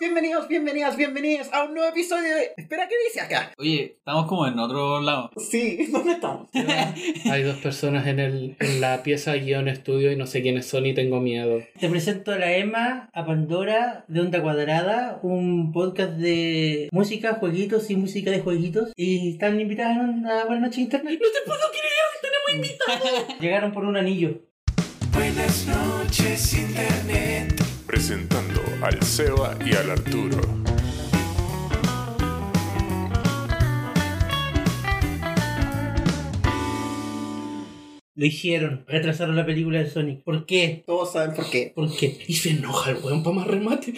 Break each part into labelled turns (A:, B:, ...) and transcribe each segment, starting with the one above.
A: Bienvenidos, bienvenidas, bienvenidos a un nuevo episodio de... Espera, ¿qué dice acá?
B: Oye, estamos como en otro lado.
A: Sí, ¿dónde estamos?
C: Hay dos personas en, el, en la pieza guión estudio y no sé quiénes son y tengo miedo.
D: Te presento a la Emma, a Pandora, de Onda Cuadrada, un podcast de música, jueguitos y música de jueguitos. Y están invitadas en una buena noche de internet. ¡No te puedo creer! ¡Tenemos invitados! Llegaron por un anillo.
E: Buenas noches, Internet.
F: Presentando al Seba y al Arturo.
D: Lo hicieron. Retrasaron la película de Sonic. ¿Por qué?
A: Todos saben por qué.
D: ¿Por qué?
C: Y se enoja el weón para más remate.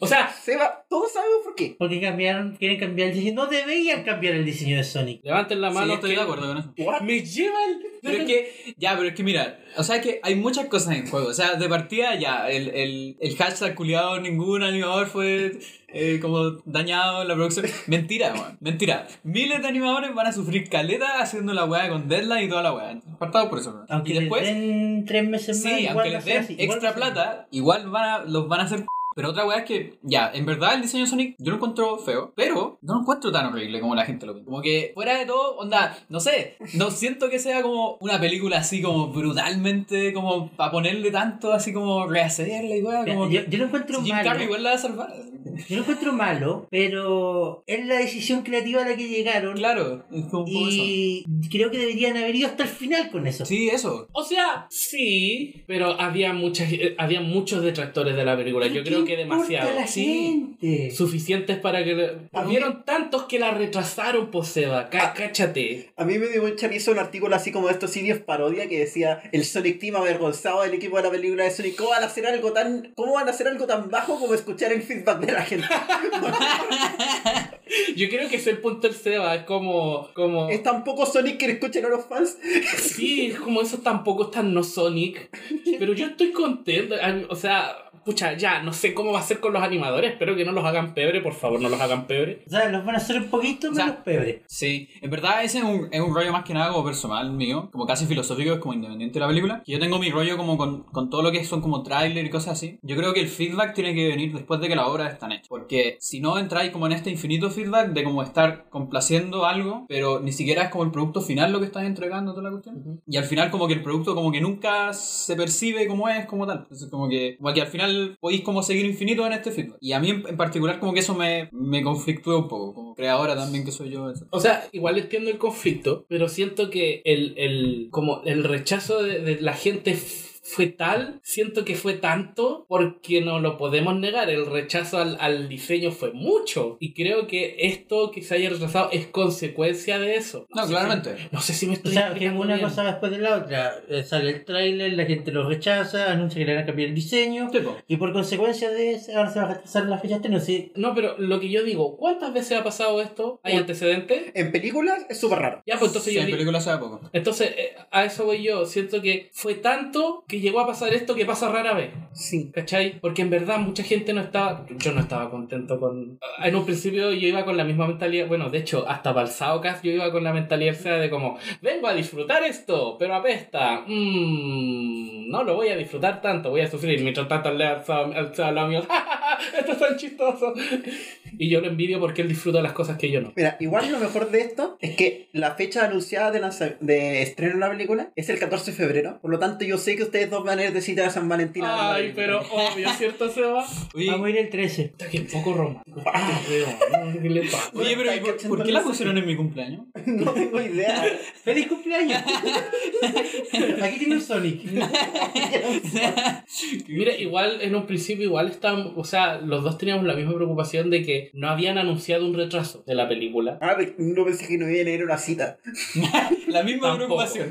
C: O sea,
A: Seba, todos sabemos por qué.
D: Porque cambiaron, quieren cambiar el diseño. No debían cambiar el diseño de Sonic.
C: levanten la
B: Sí,
C: mano.
B: estoy
C: que
B: de acuerdo con eso.
C: Me llevan.
B: Pero es que, ya, pero es que mira, o sea que hay muchas cosas en juego. O sea, de partida ya, el, el, el hashtag culiado, ningún animador fue eh, como dañado en la producción. Mentira, weón, mentira. Miles de animadores van a sufrir caleta haciendo la weá con deadline y toda la weá. Partado por eso, weón.
D: Aunque
B: Y después,
D: les den tres meses más,
B: sí,
D: igual
B: aunque
D: va a
B: les
D: ser
B: den
D: así, igual va
B: extra
D: a ser así.
B: plata, igual van a- los van a hacer. Pero otra weá es que, ya, en verdad el diseño de Sonic yo lo encuentro feo, pero no lo encuentro tan horrible como la gente lo ve. Como que fuera de todo, onda, no sé, no siento que sea como una película así como brutalmente, como para ponerle tanto, así como rehacerla y weá,
D: Mira,
B: como
D: Yo,
B: que
D: yo lo encuentro
B: Jim
D: malo.
B: Carrey igual la va a salvar.
D: Yo lo encuentro malo, pero es la decisión creativa a la que llegaron.
B: Claro, es como un poco eso.
D: Y creo que deberían haber ido hasta el final con eso.
B: Sí, eso.
C: O sea, sí, pero había, muchas, eh, había muchos detractores de la película. Yo creo que demasiado.
D: La
C: Sí.
D: gente?
C: Suficientes para que.
A: A mí-
C: Hubieron tantos que la retrasaron, poseba.
A: Ah.
C: cáchate.
A: A mí me dio mucha risa un artículo así como de estos sitios parodia que decía el Sonic Team avergonzado del equipo de la película de Sonic. ¿Cómo van a hacer algo tan, cómo van a hacer algo tan bajo como escuchar el feedback de la gente?
C: Yo creo que es el punto del Seba. Es como. como...
A: es tan poco Sonic que escuchen a los fans.
C: Sí, es como esos tampoco están no Sonic. Pero yo estoy contento. a mí- O sea, pucha, ya, no sé cómo va a ser con los animadores. Espero que no los hagan pebre, por favor, no los hagan pebre.
D: O sea, los van a hacer un poquito
B: O sea,
D: menos pebre.
B: Sí, en verdad ese es un, es un rollo más que nada como personal mío, como casi filosófico, es como independiente de la película. Yo tengo mi rollo como con, con todo lo que son como tráiler y cosas así. Yo creo que el feedback tiene que venir después de que la obra está hecha, porque si no entráis como en este infinito feedback de como estar complaciendo algo, pero ni siquiera es como el producto final lo que estás entregando toda la cuestión. Y al final como que el producto como que nunca se percibe como es, como tal. Entonces como que, como que al final podéis como seguir infinito en este feedback. Y a mí en, en particular como que eso me, me conflictúa un poco, como creadora también que soy yo. etc.
C: O sea, igual entiendo el conflicto, pero siento que el, el, como el rechazo de, de la gente f- fue tal, siento que fue tanto, porque no lo podemos negar, el rechazo al, al diseño fue mucho, y creo que esto que se haya retrasado es consecuencia de eso.
B: No,
C: sé
B: claramente.
C: si- no sé si me
D: O
C: estoy...
D: sea, que
C: explicando
D: una
C: bien.
D: cosa va después de la otra. Eh, sale el tráiler, la gente lo rechaza, anuncia que le van a cambiar el diseño.
B: Tipo,
D: Y por consecuencia de eso, ahora se va a retrasar la fecha de estreno. Sí.
C: No, pero lo que yo digo, ¿cuántas veces ha pasado esto? ¿Hay
A: Un-
C: antecedentes?
A: En películas es súper raro.
C: Ya, pues entonces
B: sí,
C: yo
B: en
C: digo-
B: película se ve poco.
C: Entonces, eh, a eso voy yo. Siento que fue tanto que llegó a pasar esto que pasa rara vez.
A: Sí.
C: ¿Cachai? Porque en verdad mucha gente no estaba. Yo no estaba contento con. En un principio yo iba con la misma mentalidad. Bueno, de hecho, hasta para el Saocast yo iba con la mentalidad o sea, de como: vengo a disfrutar esto, pero apesta. Mmm. No lo voy a disfrutar tanto, voy a sufrir. Mientras tanto le alzaba alzaba la mía. ¡Ja, ja, ja! Esto es tan chistoso. Y yo lo envidio porque él disfruta las cosas que yo no.
A: Mira, igual lo mejor de esto es que la fecha anunciada de, lanza- de estreno de la película es el 14 de febrero. Por lo tanto, yo sé que ustedes dos van a ir de cita a San Valentín. a ver la
C: Ay,
A: película.
C: pero obvio, ¿cierto, Seba?
B: Oye,
D: Vamos a ir el 13.
C: Está que poco romántico. este weón, ¿no? ¿Qué le pasa?
B: oye, pero ¿y por, por qué la pusieron en mi cumpleaños?
A: No tengo idea.
D: ¡Feliz cumpleaños! Aquí tiene un Sonic.
C: Mira, igual en un principio igual estábamos, o sea, los dos teníamos la misma preocupación de que no habían anunciado un retraso de la película.
A: Ah, pero no pensé que no iban a ir a una cita.
B: La misma
C: Tampoco.
B: preocupación.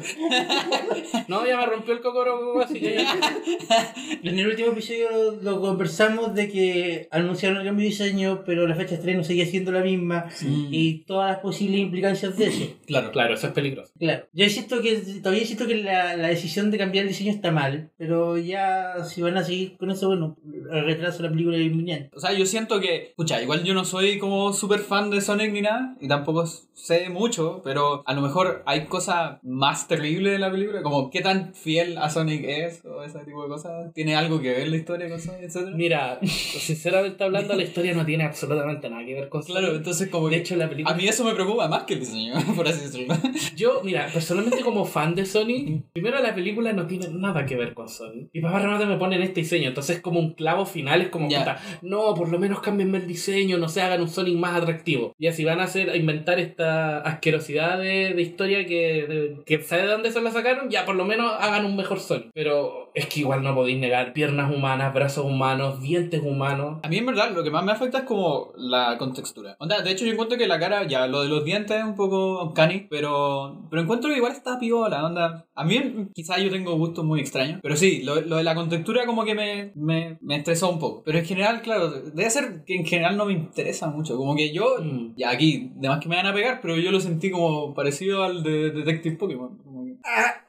C: No, ya me rompió el cocoro así ya, ya.
D: En el último episodio lo, lo conversamos de que anunciaron el cambio de diseño, pero la fecha de estreno seguía siendo la misma y todas las posibles implicancias de eso.
B: Mm, Claro, claro.
C: Claro, eso es peligroso.
D: Claro, yo insisto que todavía insisto que la, la decisión de cambiar el diseño está mal, pero ya si van a seguir con eso, bueno, el retraso de la película es inminente.
B: O sea, yo siento que, escucha, igual igual yo no soy como súper fan de Sonic ni nada, y tampoco sé mucho, pero a lo mejor hay cosas más terribles de la película, como qué tan fiel a Sonic es, o ese tipo de cosas. ¿Tiene algo que ver la historia con Sonic, etcétera?
C: Mira, sinceramente hablando, la historia no tiene absolutamente nada que ver con
B: Claro,
C: Sonic.
B: entonces como
C: De
B: que...
C: hecho, la película.
B: A mí eso me preocupa más que el diseño, por así decirlo.
C: Yo, mira, personalmente como fan de Sony, primero la película no tiene nada que ver con Sony. Y para remate me ponen este diseño, entonces como un clavo final es como,
B: Ya.
C: puta, no, por lo menos cambienme el diseño, no se hagan un Sonic más atractivo. Y así van a hacer, a inventar esta asquerosidad de, de historia que, de- que sabe de dónde se la sacaron, ya por lo menos hagan un mejor Sonic. Pero es que igual no podéis negar piernas humanas, brazos humanos, dientes humanos.
B: A mí en verdad lo que más me afecta es como la contextura. Onda, de hecho yo encuentro que la cara, ya lo de los dientes es un poco uncanny, pero, pero encuentro que igual está piola, onda. A mí quizás yo tengo gustos muy extraños, pero sí, lo, lo de la contextura como que me, me, me estresó un poco. Pero en general, claro, debe ser que en general no me interesa mucho. Como que yo,
C: Mm.
B: ya aquí, además que me van a pegar, pero yo lo sentí como parecido al de Detective Pokémon. como que-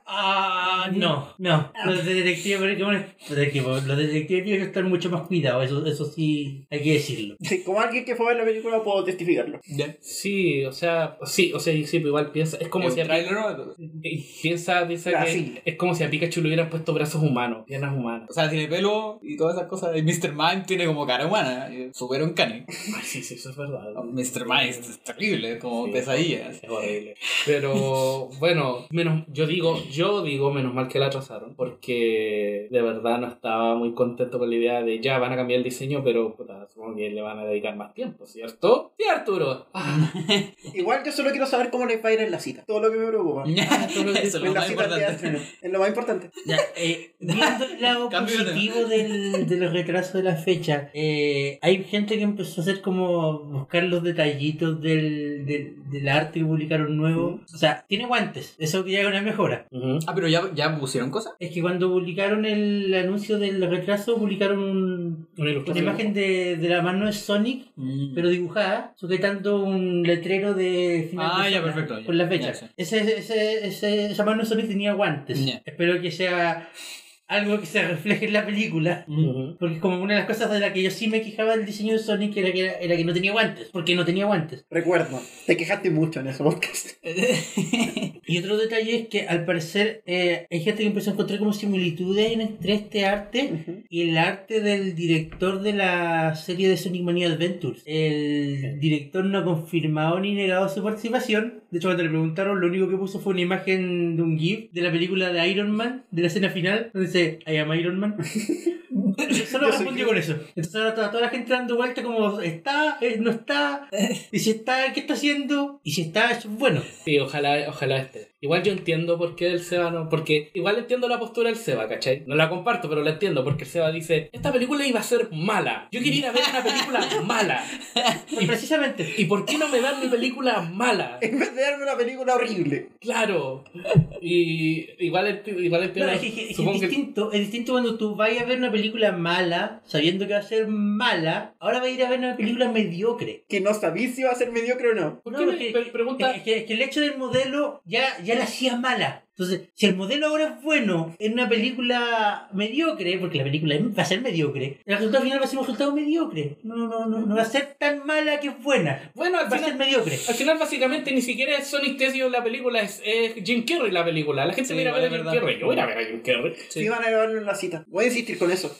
D: Ah, no, no. Los detectives, pero bueno, los detectives, los detectives tienen que estar mucho más cuidados, eso, eso sí hay que decirlo.
A: Sí, como alguien que fue a ver la película puedo testificarlo.
B: Ya.
C: Sí, o sea, sí, o sea, sí, pero igual piensa, es como
B: El
C: si... a-
B: tráiler, ¿no?
C: Y piensa, piensa
A: Ah,
C: que
A: sí.
C: es como si a Pikachu le hubieran puesto brazos humanos, piernas humanas.
B: O sea, tiene pelo y todas esas cosas. Y Mr. Mime tiene como cara humana. eh, Super uncanny.
C: Ay, sí, sí, eso es verdad.
B: Mr. Mime es terrible, ¿eh? como
C: Sí.
B: pesadillas.
C: Es horrible. Pero bueno, menos, yo digo, yo digo, menos mal que la atrasaron, porque de verdad no estaba muy contento con la idea de ya van a cambiar el diseño, pero puta, supongo que le van a dedicar más tiempo, ¿cierto? Sí, Arturo. Ah,
A: Igual yo solo quiero saber cómo les va a ir en la cita. Todo lo que me preocupa.
B: Mm, Eh, Eso es lo
A: en la
B: más
A: cita de
B: importante.
A: estreno. Es lo más importante.
D: Ya, eh, viendo el lado
B: Cambio de tema.
D: positivo del, de los retrasos de la fecha, eh, hay gente que empezó a hacer como buscar los detallitos del, del, del arte que publicaron nuevo. O sea, tiene guantes, eso que ya es una mejora.
C: ujú.
B: Ah, pero ya, ya pusieron cosas.
D: Es que cuando publicaron el anuncio del retraso, publicaron un-
C: Una
D: una
C: ilustración.
D: imagen de, de la mano de Sonic, pero dibujada, sujetando un letrero de final
B: Ah,
D: de
B: ya,
D: zona
B: perfecto, ya,
D: con la fecha.
B: ya, sí.
D: Ese, ese, ese, esa mano de Sonic tenía guantes.
B: Ya.
D: Espero que sea algo que se refleje en la película.
C: Ujú.
D: Porque es como una de las cosas de las que yo sí me quejaba del diseño de Sonic era que, era, era que no tenía guantes. Porque no tenía guantes.
A: Recuerdo, te quejaste mucho en ese podcast.
D: Y otro detalle es que al parecer eh, hay gente que empezó a encontrar como similitudes en- entre este arte
A: Ujú.
D: y el arte del director de la serie de Sonic Mania Adventures. El director no ha confirmado ni negado su participación. De hecho, cuando le preguntaron, lo único que puso fue una imagen de un GIF de la película de Iron Man, de la escena final, donde dice, I am Iron Man. Solo
A: Yo soy
D: respondió
A: Groot.
D: con eso. Entonces ahora toda, toda la gente dando vuelta como, ¿está? Eh, ¿No está? ¿Y si está? ¿Qué está haciendo? ¿Y si está? Eso es bueno.
C: Sí, ojalá, ojalá esté. Igual yo entiendo por qué el Seba no. Porque igual entiendo la postura del Seba, ¿cachai? No la comparto, pero la entiendo porque el Seba dice: Esta película iba a ser mala. Yo quería ir a ver una película mala.
D: Y precisamente...
C: ¿Y por qué no me dan mi película mala?
A: En vez de darme una película horrible.
C: Claro. Y igual, enti- igual
D: No,
C: entiendo.
D: es, que- es que- es
C: supongo que-
D: distinto, es distinto cuando tú vayas a ver una película mala, sabiendo que va a ser mala, ahora vas a ir a ver una película mediocre.
A: Que no sabía si iba a ser mediocre o no.
C: ¿Por
D: No,
C: qué me
D: porque-
C: pre- pregunta?
D: Es que, es que el hecho del modelo ya, ya la hacía mala. Entonces, si el modelo ahora es bueno en una película mediocre, porque la película va a ser mediocre, el resultado final va a ser un resultado mediocre. No, no, no, no va a ser tan mala que es buena.
C: Bueno, al
D: Va a ser
C: final,
D: mediocre.
C: al final básicamente ni siquiera es Sonic Tesio la película, es, es Jim Carrey la película. La gente
B: Sí,
C: va a ir a ver a
B: igual
C: Jim
B: es verdad.
C: Carrey. Yo voy a ir a ver a Jim Carrey.
A: Si iban a grabarlo en la cita. Voy a insistir con eso.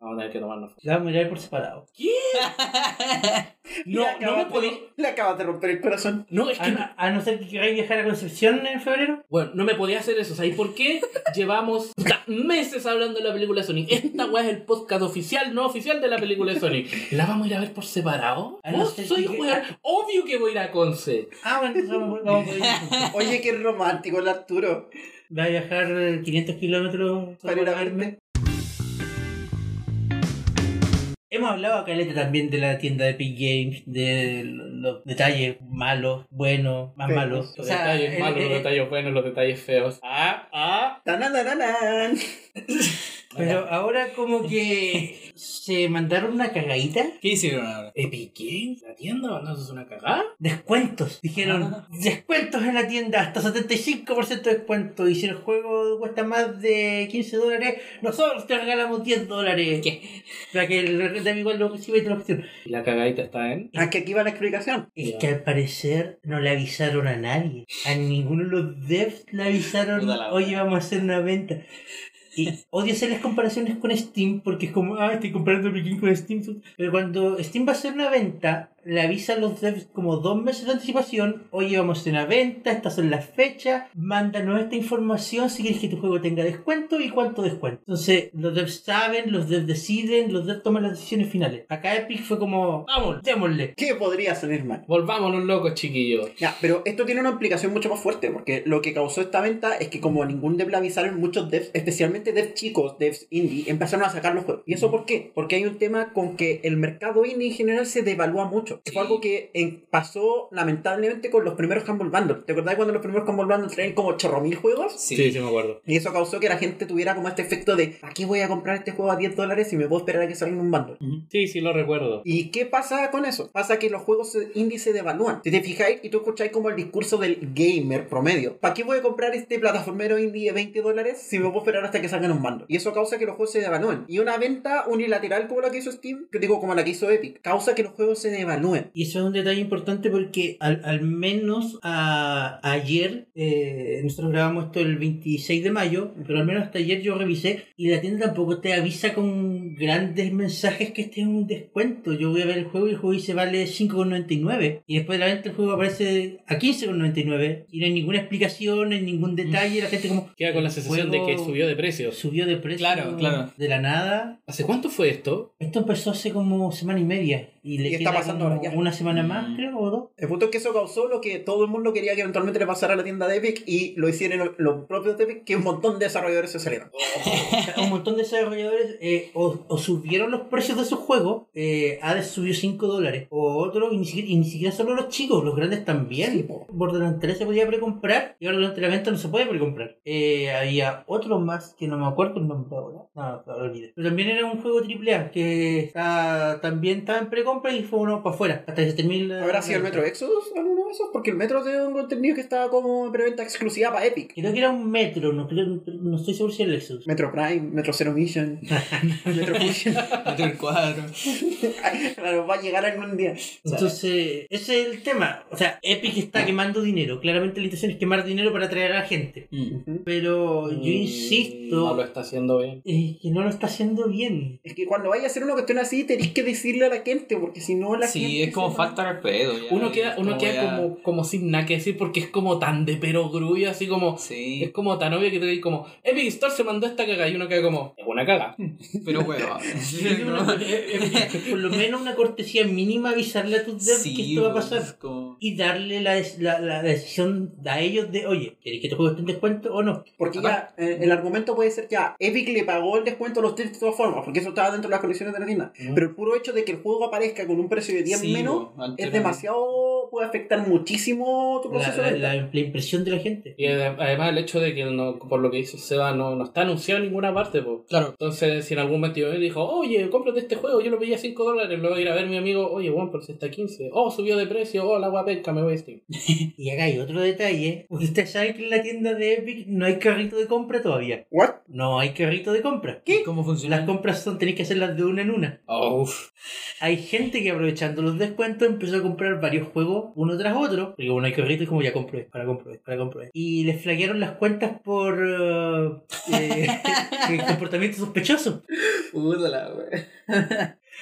C: Vamos a tener que tomarnos.
D: La vamos a mirar por separado.
A: Le
C: No, no
A: acabas
C: me
A: de-
C: podéis.
A: Le acabas de romper el corazón.
C: No, es
D: A,
C: que
D: Ah, no- a no ser que queráis viajar a Concepción en febrero.
C: Bueno, no me podía hacer eso. ¿Sabes por qué? Llevamos puta, meses hablando de la película de Sonic. Esta weá es el podcast oficial, no oficial de la película de Sonic. ¿La vamos a ir a ver por separado?
D: Ah, no
C: Oh,
D: sé
C: soy
D: si-
C: weá. Obvio que voy a ir a Conce.
D: Ah, bueno, entonces vamos, vamos a ir.
A: Oye, qué romántico el Arturo.
D: Va a viajar 500 kilómetros
A: Para ir a verme.
D: Hemos hablado a Caleta este también de la tienda de Epic Games, de los detalles malos, buenos, más
A: Sí,
D: malos.
C: Los
D: O sea, eh,
C: detalles
D: el-
C: malos, los
D: el-
C: detalles buenos, los detalles feos. Ah, ah.
A: Tananananan.
D: Pero ahora como que se mandaron una cagadita.
B: ¿Qué hicieron ahora?
C: ¿Epic Games? ¿La tienda? ¿No eso es una cagada?
D: Descuentos.
C: Ah.
D: Dijeron, descuentos en la tienda, hasta 75% de descuento. Y si el juego cuesta más de 15 dólares, nosotros te regalamos 10 dólares.
B: ¿Qué?
D: Para que el de amigo lo reciba y te lo reciba.
C: ¿Y la cagadita está en?
A: Ah, que aquí va la explicación.
D: Es
C: Ya.
D: que al parecer no le avisaron a nadie. A ninguno de los devs le avisaron,
B: Puta la
D: oye, vamos a hacer una venta. Y odio hacer las comparaciones con Steam porque es como, ah, estoy comparando mi King con Steam. Pero cuando Steam va a hacer una venta, le avisan los devs como dos meses de anticipación, oye, vamos a hacer una venta, estas son las fechas, mándanos esta información si quieres que tu juego tenga descuento y cuánto descuento. Entonces, los devs saben, los devs deciden, los devs toman las decisiones finales. Acá Epic fue como, vamos, démosle.
A: ¿Qué podría salir mal?
C: Volvámonos locos, chiquillos.
A: Ya, pero esto tiene una implicación mucho más fuerte, porque lo que causó esta venta es que como a ningún dev le avisaron, muchos devs, especialmente devs chicos, devs indie, empezaron a sacar los juegos. ¿Y eso por qué? Porque hay un tema con que el mercado indie en general se devalúa mucho. Que Fue
B: Sí.
A: algo que en- pasó lamentablemente con los primeros Humble Bundles. ¿Te acordás cuando los primeros Humble Bundles traían como chorro mil juegos?
B: Sí.
C: me acuerdo.
A: Y eso causó que la gente tuviera como este efecto de, aquí voy a comprar este juego a 10 dólares y me puedo esperar a que salga en un bundle.
C: Sí, sí, lo recuerdo.
A: ¿Y qué pasa con eso? Pasa que los juegos indie se devalúan. Si te fijáis y tú escucháis como el discurso del gamer promedio. ¿Para qué voy a comprar este plataformero indie de 20 dólares si me puedo esperar hasta que salgan un mando? Y eso causa que los juegos se devalúen. Y una venta unilateral como la que hizo Steam, que digo como la que hizo Epic, causa que los juegos se devalúen.
D: Y eso es un detalle importante porque al, al menos a- ayer, eh, nosotros grabamos esto el 26 de mayo, pero al menos hasta ayer yo revisé y la tienda tampoco te avisa con grandes mensajes que este es un descuento. Yo voy a ver el juego y el juego dice vale 5,99 y después de la venta el juego aparece a 15,99 y no hay ninguna explicación, no hay ningún detalle, la gente como...
C: Queda con la
D: el
C: sensación de
D: juego
C: que subió de precios.
D: Subió de precio
B: Claro, claro.
D: de la nada.
C: ¿Hace cuánto fue esto?
D: Esto empezó hace como semana y media. Y le
A: Y está
D: queda
A: pasando
D: como
A: ahora, ya.
D: una semana más,
B: Mm.
D: creo, o dos.
A: El punto es que eso causó lo que todo el mundo quería que eventualmente le pasara a la tienda de Epic y lo hicieron los- los propios de Epic, que un montón de desarrolladores se salieron.
D: O sea, un montón de desarrolladores eh, o, o subieron los precios de sus juegos, eh, Hades subió 5 dólares, o otros, y ni, siquiera, y ni siquiera solo los chicos, los grandes también.
A: Sí, po.
D: Borderlands 3 se podía precomprar y ahora durante la venta no se puede precomprar. Eh, había otro más que no me acuerdo el nombre ahora, no, no lo olvidé. Pero también era un juego AAA que está, también estaba en precompra y fue uno para afuera, hasta que se termine la-
A: ¿Habrá sido el Metro Exodus alguno de esos? Porque el Metro tengo entendido que estaba como en preventa exclusiva para Epic.
D: Creo que era un metro, no, creo, no estoy seguro si era el Lexus.
A: Metro Prime, Metro Zero Mission, Metro Fusion.
B: Metro el cuadro.
A: Ay, claro, va a llegar algún día.
D: Entonces, ese es el tema. O sea, Epic está quemando dinero. Claramente la intención es quemar dinero para atraer a la gente.
B: Mm.
A: Ujú.
D: Pero yo
C: Mm, No lo
D: insisto
C: está haciendo bien.
D: eh, que no lo está haciendo bien.
A: Es que cuando vayas a hacer una cuestión así, tenés que decirle a la gente, porque si no la gente.
B: Sí, es
A: se
B: como
A: va.
B: falta de respeto. ya,
C: Uno queda,
B: es
C: uno queda
B: ya-
C: como, como sin nada que decir porque es como tan de perogrullo, así como. Es
B: Sí,
C: como tan obvio que te digo como, Epic Store se mandó esta caga y uno queda como, es una caga.
B: pero huevo.
D: Por lo menos una cortesía mínima avisarle a tus devs
B: Sí,
D: que esto va a
B: pues,
D: pasar.
B: es como-
D: Y darle la, des- la, la decisión a ellos de, oye, ¿queréis que tu juego esté en descuento o no?
A: Porque ya eh, el argumento puede ser ya, Epic le pagó el descuento a los devs de todas formas, porque eso estaba dentro de las condiciones de la tienda.
C: Ujú.
A: Pero el puro hecho de que el juego aparezca con un precio de 10
B: Sí,
A: menos
B: pues, antes
A: es
B: era-
A: demasiado. puede afectar muchísimo tu
D: La,
A: proceso
D: la-
A: de venta.
D: la- la impresión de la gente.
C: Y ade- además el hecho de que no, por lo que dice Seba no, no está anunciado en ninguna parte. po.
B: Claro,
C: Entonces, si en algún momento él dijo, oye, cómprate este juego, yo lo pedí a 5 dólares, lo voy a ir a ver mi amigo, oye, bueno, pero si está a 15, oh, subió de precio, oh, la guapeca, me voy a Steam.
D: Y acá hay otro detalle. Porque ustedes saben que en la tienda de Epic no hay carrito de compra todavía.
A: ¿What?
D: No hay carrito de compra.
B: ¿Cómo
D: Las
B: funciona?
D: compras son tenéis que hacerlas de una en una.
C: Oh, uf.
D: Hay gente que aprovechando los descuentos empezó a comprar varios juegos uno tras otro. Porque bueno, hay carritos como ya este, compré, para compré, para compré. Y les flaquearon las cuentas por eh, eh, comportamiento sospechoso.
B: Úrdala, wey.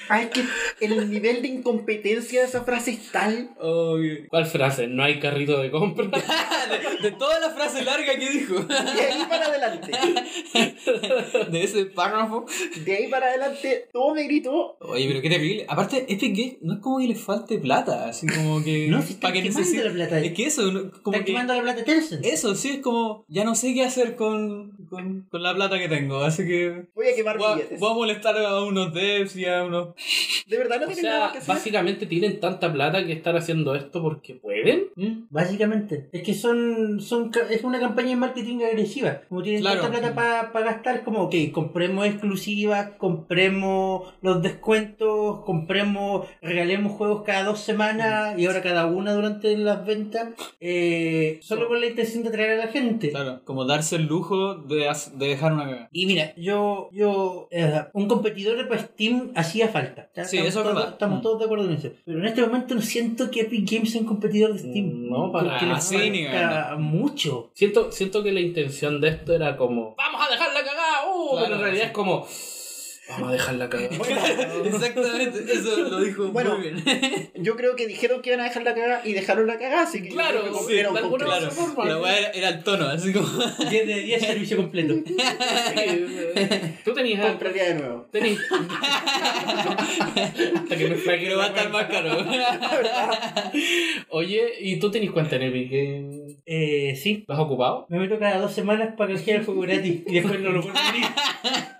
A: Ay, que el nivel de incompetencia de esa frase es tal.
B: Oh, qué-
C: ¿Cuál frase? No hay carrito de compra.
B: de, de toda la frase larga que dijo,
A: De ahí para adelante.
B: de ese párrafo.
A: De ahí para adelante, todo me gritó.
B: Oye, pero qué terrible. Aparte, Epic Games no es como que le falte plata, así como que.
D: No, si están
B: pa' que
D: quemando
B: necesite-
D: la plata.
B: Es que eso, no- como
D: Están
B: que-
D: quemando la plata de Tencent.
B: Eso, sí, es como. Ya no sé qué hacer con, con, con la plata que tengo, así que.
A: Voy a quemar
B: Voy a,
A: billetes.
B: voy a molestar a unos devs y a unos
A: De
B: pero.
A: verdad no
C: O
A: tienen nada
C: sea,
A: que hacer.
C: básicamente tienen tanta plata que están haciendo esto porque pueden.
B: mm,
D: Básicamente, es que son, son ca- es una campaña de marketing agresiva. Como tienen
B: Claro.
D: tanta plata para gastar, es como, ok, compremos exclusivas, compremos los descuentos, compremos, regalemos juegos cada dos semanas y ahora cada una durante las ventas, eh, solo con la intención de atraer a la gente.
B: Claro, como darse el lujo de, hac- de dejar una cagada.
D: Y mira, yo, yo, eh, un competidor para Steam hacía falta. Está-
B: Sí,
D: estamos
B: eso es
D: todos-
B: verdad.
D: Estamos
B: Mm.
D: todos de acuerdo en eso. Pero en este momento no siento que Epic Games sea un competidor de Steam.
C: No, para
D: Porque
C: nada.
B: Mm. Ah,
D: les
B: sí, ni
D: falta
B: ganas.
D: mucho.
C: Siento, siento que la intención de esto era como, vamos a dejarla cagada, uh",
B: Claro,
C: pero en realidad
B: sí.
C: es como, vamos a dejarla cagada.
B: Exactamente, eso lo dijo
A: Bueno,
B: muy bien.
A: Yo creo que dijeron que iban a dejar la cagada y dejaron la cagada, así que
C: Claro,
A: yo creo que
C: sí,
A: era un
C: de alguna
A: poco-
C: manera.
B: Claro,
C: forma,
B: la
C: ¿no?
B: weá
D: eh.
B: era, era el tono, así como.
D: 10 de 10 servicio completo.
C: Tú tenías algo.
A: Compraría de nuevo.
C: Tenías. Hasta que me saque
B: Pero va a estar más caro.
C: Oye, ¿y tú tenías cuenta en Epic Games?
D: Eh, sí.
C: ¿Lo has ocupado?
D: Me meto cada dos semanas para que el juego gratis y después no lo puedo abrir.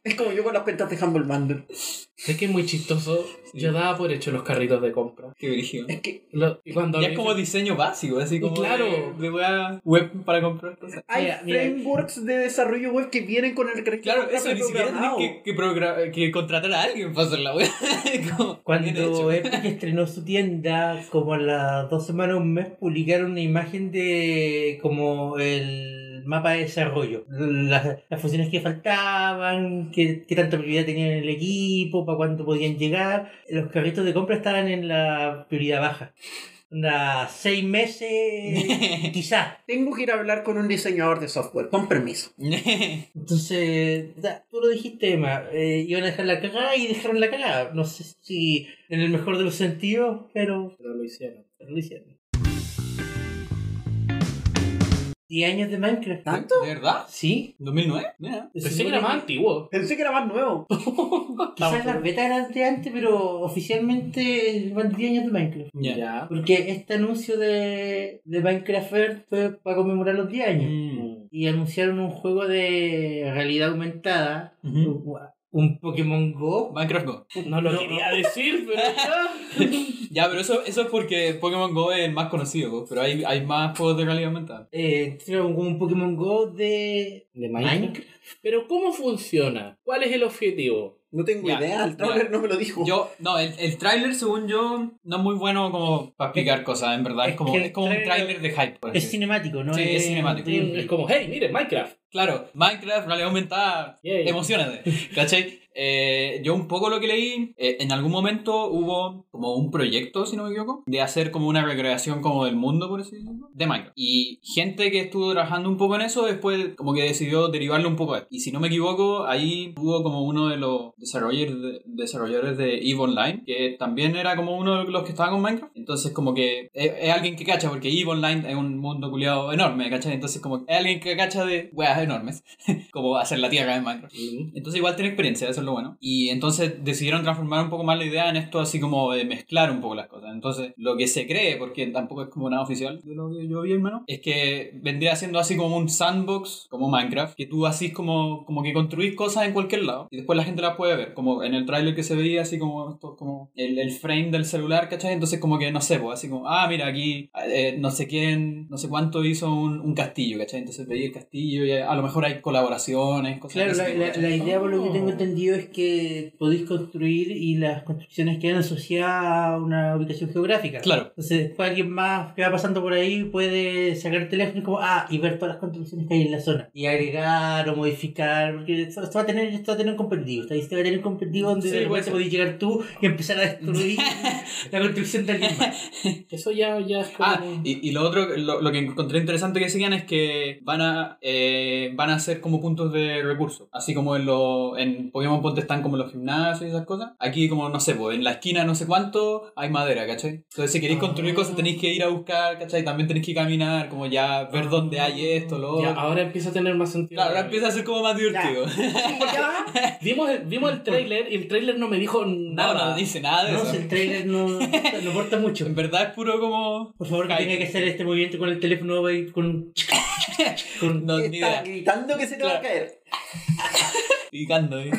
A: Es como yo con las cuentas de Humble Bundle.
C: Sé que es muy chistoso. Yo daba por hecho los carritos de compra.
B: Qué brígido.
A: Es que
C: Lo- y cuando
B: Ya
C: lo
B: es
D: eh.
B: como
C: hice-
B: diseño básico, así como.
C: Claro.
B: De, de weá web para comprar cosas.
A: hay
D: Mira, mira.
A: frameworks de desarrollo web que vienen con el caracter
B: Claro, eso ni siquiera tenés
A: preprogramado.
B: que, que, progra- que contratar a alguien para hacer la weá. Como, bien
D: Cuando
B: hecho.
D: Epic estrenó su tienda, como a las dos semanas, un mes, publicaron una imagen de como el mapa de desarrollo. Las, las funciones que faltaban, qué, qué tanta prioridad tenían en el equipo, para cuándo podían llegar. Los carritos de compra estaban en la prioridad baja. Onda, seis meses, quizás.
A: Tengo que ir a hablar con un diseñador de software, con permiso.
D: Entonces, da- tú lo dijiste, Emma, eh, iban a dejar la cagada y dejaron la cagada. No sé si en el mejor de los sentidos, pero
C: Pero lo hicieron.
D: pero lo hicieron. 10 años de Minecraft.
A: ¿Tanto?
B: ¿De verdad?
D: Sí.
B: ¿2009? Mira.
D: se
C: Pensé que
D: supone
C: era más antiguo.
A: Pensé que era más nuevo.
D: Quizás las betas eran de antes, pero oficialmente van 10 años de Minecraft.
B: Ya.
C: Ya.
D: Porque este anuncio de, de Minecraft Earth fue para conmemorar los 10 años.
B: Mm.
D: Y anunciaron un juego de realidad aumentada,
B: Ujú.
D: un Pokémon Go.
B: Minecraft Go.
C: Mm. No lo quería decir, pero ya.
B: Ya, pero eso, eso es porque Pokémon Go es el más conocido, po, pero hay, hay más juegos de realidad aumentada.
D: eh, creo, como un Pokémon Go de
C: ¿De
D: Minecraft.
C: Pero ¿cómo funciona? ¿Cuál es el objetivo?
A: No tengo
B: Ya,
A: idea, el
B: ya.
A: trailer no me lo dijo.
B: Yo, no, el, el tráiler, según yo, no es muy bueno como para explicar cosas, en verdad. Es
D: es
B: como,
D: que el
B: es como un
D: tráiler-
B: tráiler de hype, por así
D: Es
B: decirlo.
D: cinemático, ¿no?
B: Sí, es cinemático.
D: de-
C: Mm, Es como, hey, miren, Minecraft.
B: Claro, Minecraft, realidad aumentada,
C: Yay.
B: emocionate, ¿cachai? Eh, yo un poco lo que leí, eh, en algún momento hubo como un proyecto, si no me equivoco, de hacer como una recreación como del mundo, por así decirlo, de Minecraft. Y gente que estuvo trabajando un poco en eso, después como que decidió derivarlo un poco a esto. Y si no me equivoco, ahí hubo como uno de los desarrolladores de, desarrolladores de EVE Online, que también era como uno de los que estaba con Minecraft. Entonces como que es, es alguien que cacha, porque EVE Online es un mundo culiado enorme, ¿cachai? Entonces como es alguien que cacha de weas enormes como hacer la tierra en Minecraft.
C: Mm,
B: Entonces igual tiene experiencia, eso es lo bueno. Y entonces decidieron transformar un poco más la idea en esto así como de mezclar un poco las cosas. Entonces lo que se cree, porque tampoco es como nada oficial de lo que yo vi hermano, es que vendría siendo así como un sandbox, como Minecraft, que tú así como, como que construís cosas en cualquier lado y después la gente las puede ver, como en el tráiler que se veía así como esto, como el, el frame del celular, ¿cachai? Entonces como que no sé, pues así como, ah, mira aquí, eh, no sé quién, no sé cuánto hizo un, un castillo, ¿cachai? Entonces veía el castillo y eh, a, a lo mejor hay colaboraciones, cosas
D: Claro,
B: de ese
D: la,
B: tipo,
D: la-
B: ¿cachai?
D: la idea por lo que tengo
C: Oh.
D: entendido es que podéis construir y las construcciones quedan asociadas a una ubicación geográfica.
B: Claro,
D: Entonces después alguien más que va pasando por ahí puede sacar el teléfono y como, ah, y ver todas las construcciones que hay en la zona. Y agregar o modificar, porque esto, esto va a tener, esto va a tener un competitivo. Esta lista va a tener un competitivo donde
B: Sí, puede
D: de repente
B: ser.
D: podéis llegar tú y empezar a destruir la construcción de alguien más.
C: Eso ya, ya es como...
B: Ah, y, y lo otro, lo, lo que encontré interesante que sigan es que van a eh, van a ser como puntos de recursos. Así como en los en Pokémon Ponte están como los gimnasios y esas cosas. Aquí como, no sé, pues, en la esquina no sé cuánto hay madera, ¿cachai? Entonces si queréis construir
D: Ah.
B: cosas tenéis que ir a buscar, ¿cachai? También tenéis que caminar, como ya ver
D: Ah.
B: dónde hay esto, lo
C: Ya,
B: otro.
C: ahora empieza a tener más sentido.
B: Claro, ahora empieza a ser como más divertido.
C: Vimos el, vimos el trailer y el trailer no me dijo
B: No,
C: nada.
B: no dice nada de
D: No,
B: eso.
D: si el trailer no, no aporta mucho.
B: En verdad es puro como...
D: Por favor, que
B: Ay.
D: tenga que hacer este movimiento con el teléfono va a ir con un- con
B: No, ni
A: Está
B: idea.
A: gritando que se te va a caer.
B: Picando ¿eh? ahí.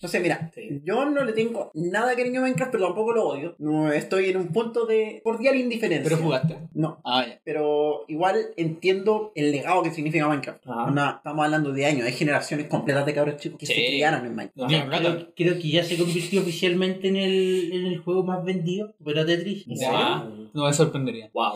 A: No sé, mira,
C: Sí.
A: yo no le tengo nada de cariño a Minecraft, pero tampoco lo odio. No, estoy en un punto de cordial indiferencia.
B: Pero jugaste.
A: No.
B: Ah, ya.
A: Pero igual entiendo el legado que significa Minecraft.
C: Ah.
A: Onda, estamos hablando de años, hay generaciones completas de cabros chicos que
B: Sí.
A: se criaron en Minecraft.
B: No tiene plata.
D: Creo, creo que ya se convirtió oficialmente en el, en el juego más vendido, pero a Tetris.
C: ¿En
B: Ah,
C: serio?
B: No me sorprendería.
C: Wow.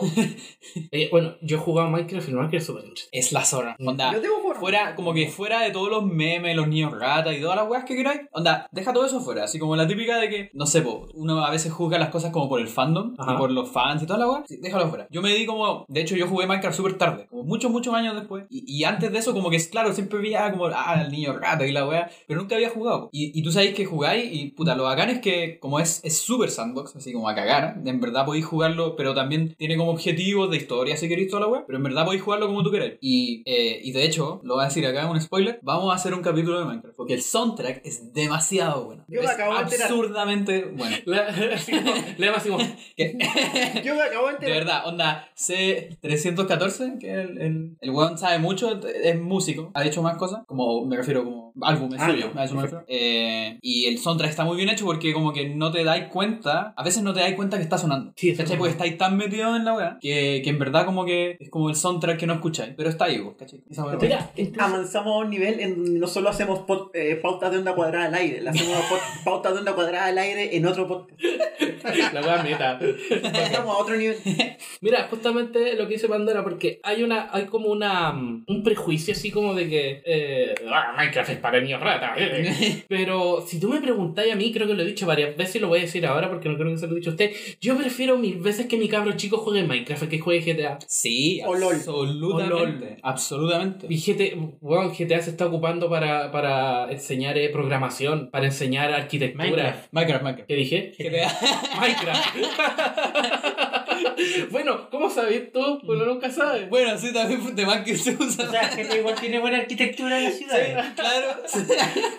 C: Eh, bueno, yo jugaba Minecraft y Minecraft es súper interesante.
B: Es la zorra. Onda.
A: Yo tengo por...
B: Fuera, como que fuera de todos los memes, los niños ratas y todas las weas que queráis. Onda, deja todo eso fuera. Así como la típica de que, no sé, po, uno a veces juzga las cosas como por el fandom
C: Ajá.
B: y por los fans y toda la wea. Sí, déjalo fuera. Yo me di como, de hecho, yo jugué Minecraft súper tarde, como muchos, muchos años después. Y, y antes de eso, como que, claro, siempre veía como, ah, el niño rata y la wea, pero nunca había jugado. po. Y, y tú sabéis que jugáis y puta, lo bacán es que, como es es súper sandbox, así como a cagar, en verdad podéis jugarlo, pero también tiene como objetivos de historia si queréis toda la wea, pero en verdad podéis jugarlo como tú queráis. Y, eh, y de hecho, lo voy a decir acá, un spoiler, vamos a hacer un capítulo de Minecraft, porque el soundtrack es demasiado bueno.
A: Yo me
B: es
A: acabo de enterar.
B: absurdamente bueno.
C: La- así como- Le llamo así como,
B: Que-
A: Yo me acabo de
B: De
A: enterar.
B: verdad, onda C314, que el, el, el weón sabe mucho, es músico, ha hecho más cosas, como me refiero como álbumes
A: Ah,
B: suyos,
A: ya,
B: a eso me refiero. Eh, y el soundtrack está muy bien hecho porque como que no te dais cuenta, a veces no te dais cuenta que está sonando.
C: Sí, eso
B: ¿Cachai?
C: es
B: Porque
C: verdad.
B: estáis tan metidos en la weá que, que en verdad como que es como el soundtrack que no escucháis, pero está ahí, vos, ¿cachai? Esa weá.
C: mira, incluso-
A: Avanzamos a un nivel en donde no solo hacemos pod- eh, pautas de onda cuadrada al aire, le hacemos pod- pautas de onda cuadrada al aire en otro podcast.
C: la wea meta.
A: Estamos a otro nivel.
C: Mira, justamente lo que dice Pandora, porque hay una, hay como una mm, un prejuicio así como de que eh, "Ah, Minecraft es para niños rata. eh". Pero si tú me preguntáis a mí, creo que lo he dicho varias veces y lo voy a decir ahora porque no creo que se lo he dicho a usted. Yo prefiero mil veces que mi cabro chico juegue Minecraft a que juegue GTA.
B: Sí,
A: O LOL.
B: absolutamente.
C: O LOL.
B: Absolutamente.
C: Y GTA, bueno, GTA se está ocupando para, para enseñar eh, programación, para enseñar arquitectura.
D: Minecraft.
B: Minecraft, Minecraft.
C: ¿Qué dije? Minecraft. bueno, ¿cómo sabes tú? Pues Uno nunca sabe.
B: bueno, sí, también fue un tema que se usa.
D: O sea, gente igual tiene buena arquitectura en la ciudad.
B: Claro.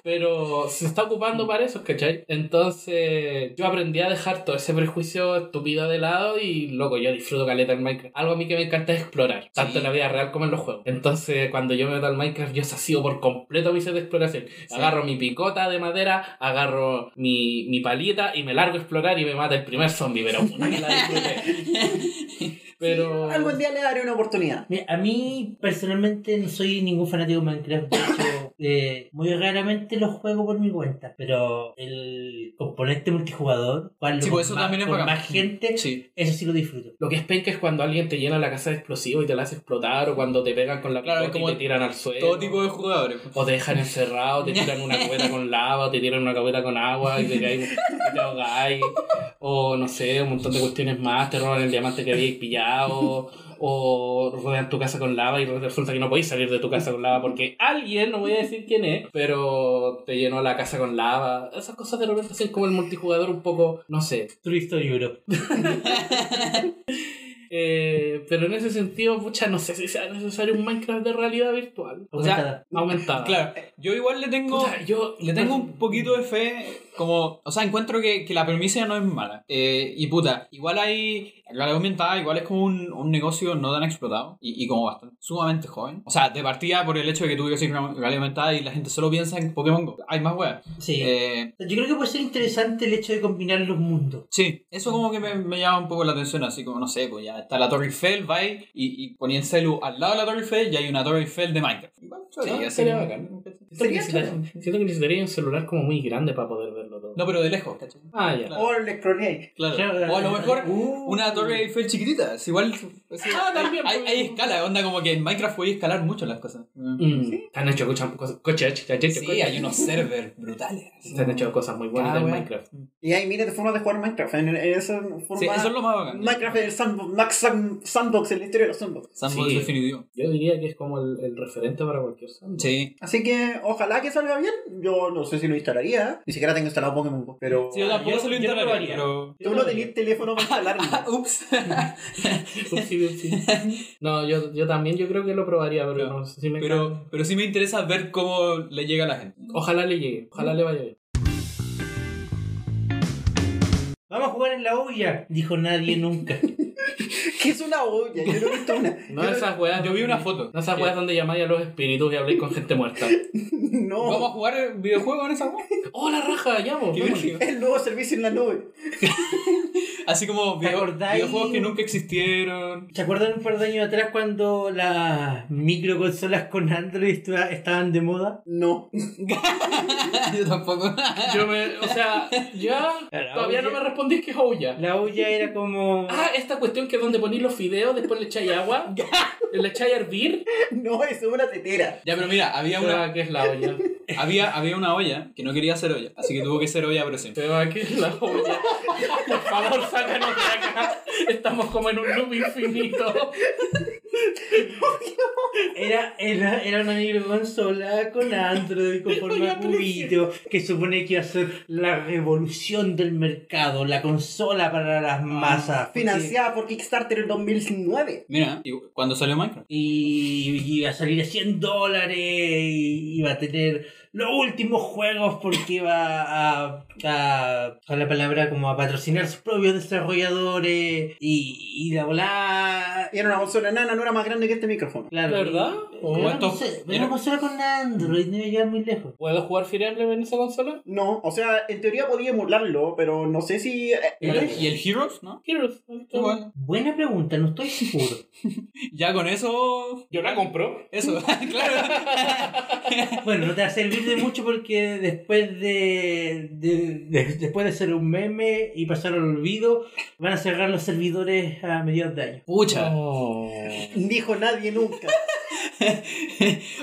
C: Pero se está ocupando para eso, ¿cachai? Entonces yo aprendí a dejar todo ese prejuicio estúpido de lado y loco, yo disfruto caleta en Minecraft. Algo a mí que me encanta es explorar, tanto
B: Sí.
C: en la vida real como en los juegos. Entonces cuando yo me meto al Minecraft yo sacio por completo mi set de exploración. Agarro mi picota de madera, agarro mi, mi palita y me largo a explorar y me mata el primer zombie, pero puta que la disfruté. Pero...
A: Algún día le daré una oportunidad.
D: Mira, a mí personalmente no soy ningún fanático de Minecraft. De hecho, eh, muy raramente lo juego por mi cuenta. Pero el componente multijugador, cuando
B: Sí, pues eso también es
D: con
B: bacán.
D: más gente,
B: Sí.
D: eso sí lo disfruto.
C: Lo que es penca es cuando alguien te llena la casa de explosivos y te la hace explotar, o cuando te pegan con la
B: Claro,
C: picota
B: como
C: y te tiran al suelo.
B: Todo tipo de jugadores.
C: O te dejan encerrado, te tiran una cubeta con lava, o te tiran una cubeta con agua y te, caes- y te ahogáis. O no sé, un montón de cuestiones más, te roban el diamante que habéis pillado. O rodean tu casa con lava y resulta que no podéis salir de tu casa con lava porque alguien, no voy a decir quién es, pero te llenó la casa con lava. Esas cosas de repente hacen como el multijugador un poco, no sé,
D: True Story Europe.
C: Eh, pero en ese sentido, pucha, no sé si sea necesario un Minecraft de realidad virtual. O sea,
D: Aumentada.
C: aumentada.
B: Claro, Eh, yo igual le tengo.
C: Puta, yo
B: Le tengo un poquito de fe, como, o sea, encuentro que, que la premisa no es mala. Eh, y puta, igual hay, la realidad aumentada, igual es como un, un negocio no tan explotado y, y como bastante, sumamente joven. O sea, de partida por el hecho de que tuve que decir realidad aumentada y la gente solo piensa en Pokémon Go. Hay más weas.
D: Sí.
B: Eh,
D: Yo creo que puede ser interesante el hecho de combinar los mundos.
B: sí, eso como que me, me llama un poco la atención, así como, no sé, pues ya está la Torre Eiffel, vais y, y ponía el celu al lado de la Torre Eiffel y hay una Torre Eiffel de Minecraft. Igual,
C: Sí,
B: así
C: sería
B: como-
C: bacán. Siento que, necesitaría, siento que necesitaría un celular como muy grande para poder verlo todo.
B: No, pero de lejos, ¿cachai?
C: Ah, ya.
B: Claro.
A: O le exploréis.
B: Claro.
D: Claro.
B: O a lo mejor
D: Uh.
B: una torre Eiffel chiquitita. Es igual. es-
C: Ah, también,
B: Hay,
C: pues.
B: hay escala, onda como que en Minecraft puedes escalar mucho las cosas.
C: Mm, Se han hecho cosas, cosas- coches, se han hecho
B: Sí,
C: coches.
B: hay unos servers brutales. así.
C: Se han hecho cosas muy buenas
B: Ah,
C: en
B: bueno.
C: Minecraft.
A: Y hay miles de formas de jugar Minecraft. En, en esa forma,
B: Sí, eso es lo más bacán.
A: Minecraft es el sandbox, Max Sam- sandbox, el historia de los sandbox.
B: Sandbox
C: Sí.
B: definitivo.
C: Yo diría que es como el, el referente para cualquier sandbox.
B: Sí.
A: Así que ojalá que salga bien. Yo no sé si lo instalaría. Ni siquiera tengo instalado Pokémon Go. Pero
B: Sí, yo tampoco
D: yo-
B: se lo
D: yo no lo
B: instalaría,
D: haría.
B: pero.
A: tú no tenías teléfono para
B: Ah,
A: instalarlo.
B: ups.
C: Upsi, upsi. No, yo, yo también yo creo que lo probaría, pero
B: No,
C: no sé si me
B: pero, pero sí me interesa ver cómo le llega a la gente.
C: Ojalá le llegue, ojalá le vaya bien.
D: Vamos a jugar en la olla, dijo nadie nunca.
A: ¿Qué es una olla? Yo no he visto una.
C: No
A: Yo no-
C: esas weas.
B: Yo vi una foto.
C: No esas weas donde llamáis a los espíritus y habláis con gente muerta.
A: No.
B: Vamos a jugar videojuegos en esa wea.
C: ¡Oh, la raja! ¡Llamo!
B: Qué
C: vamos.
B: brígido.
A: El nuevo servicio en la nube.
B: Así como video-
D: acordáis?
B: videojuegos que nunca existieron.
D: ¿Se acuerdan un par de años atrás cuando las microconsolas con Android estu- estaban de moda?
A: No.
B: Yo tampoco.
C: Yo me. O sea, ya.
D: Claro,
C: todavía no
D: olla.
C: me respondís que es olla.
D: La olla era como...
C: Ah, esta cuestión que es donde ponéis los fideos, después le echáis agua, le echáis a hervir.
A: No, es una tetera.
B: Ya, pero mira, había
C: Se
B: una,
C: va que es la olla.
B: había, había una olla que no quería ser olla, así que tuvo que ser olla pero siempre.
C: Se va que es la olla. Por favor, sácanos de acá. Estamos como en un loop infinito.
D: Era, era, era una microconsola con Android con forma de cubito que supone que iba a ser la revolución del mercado, la consola para las masas. porque-
A: Financiada por Kickstarter en 2009.
B: Mira, y cuando salió Minecraft.
D: Y y iba a salir a 100 dólares y iba a tener los últimos juegos porque iba a, a, con la palabra como a patrocinar sus propios desarrolladores y, y la volada.
A: Y era una consola enana, no era más grande que este micrófono.
D: Claro,
C: ¿Verdad?
D: y-
C: O
D: era una
B: esto-
D: consola- era
B: era-
D: una consola con Android, no iba a llegar muy lejos.
C: ¿Puedo jugar Fire Emblem en esa consola?
A: No, o sea, en teoría podía emularlo, pero no sé si. eh,
B: ¿Y el, y el Heroes, no?
C: Heroes.
B: Igual.
D: Buena pregunta, no estoy seguro.
B: Ya con eso.
C: Yo la compro.
B: Eso, claro.
D: Bueno, no te va a servir de mucho porque después de, de- de- después de ser un meme y pasar al olvido, van a cerrar los servidores a mediados de año.
B: Pucha.
A: Dijo nadie nunca.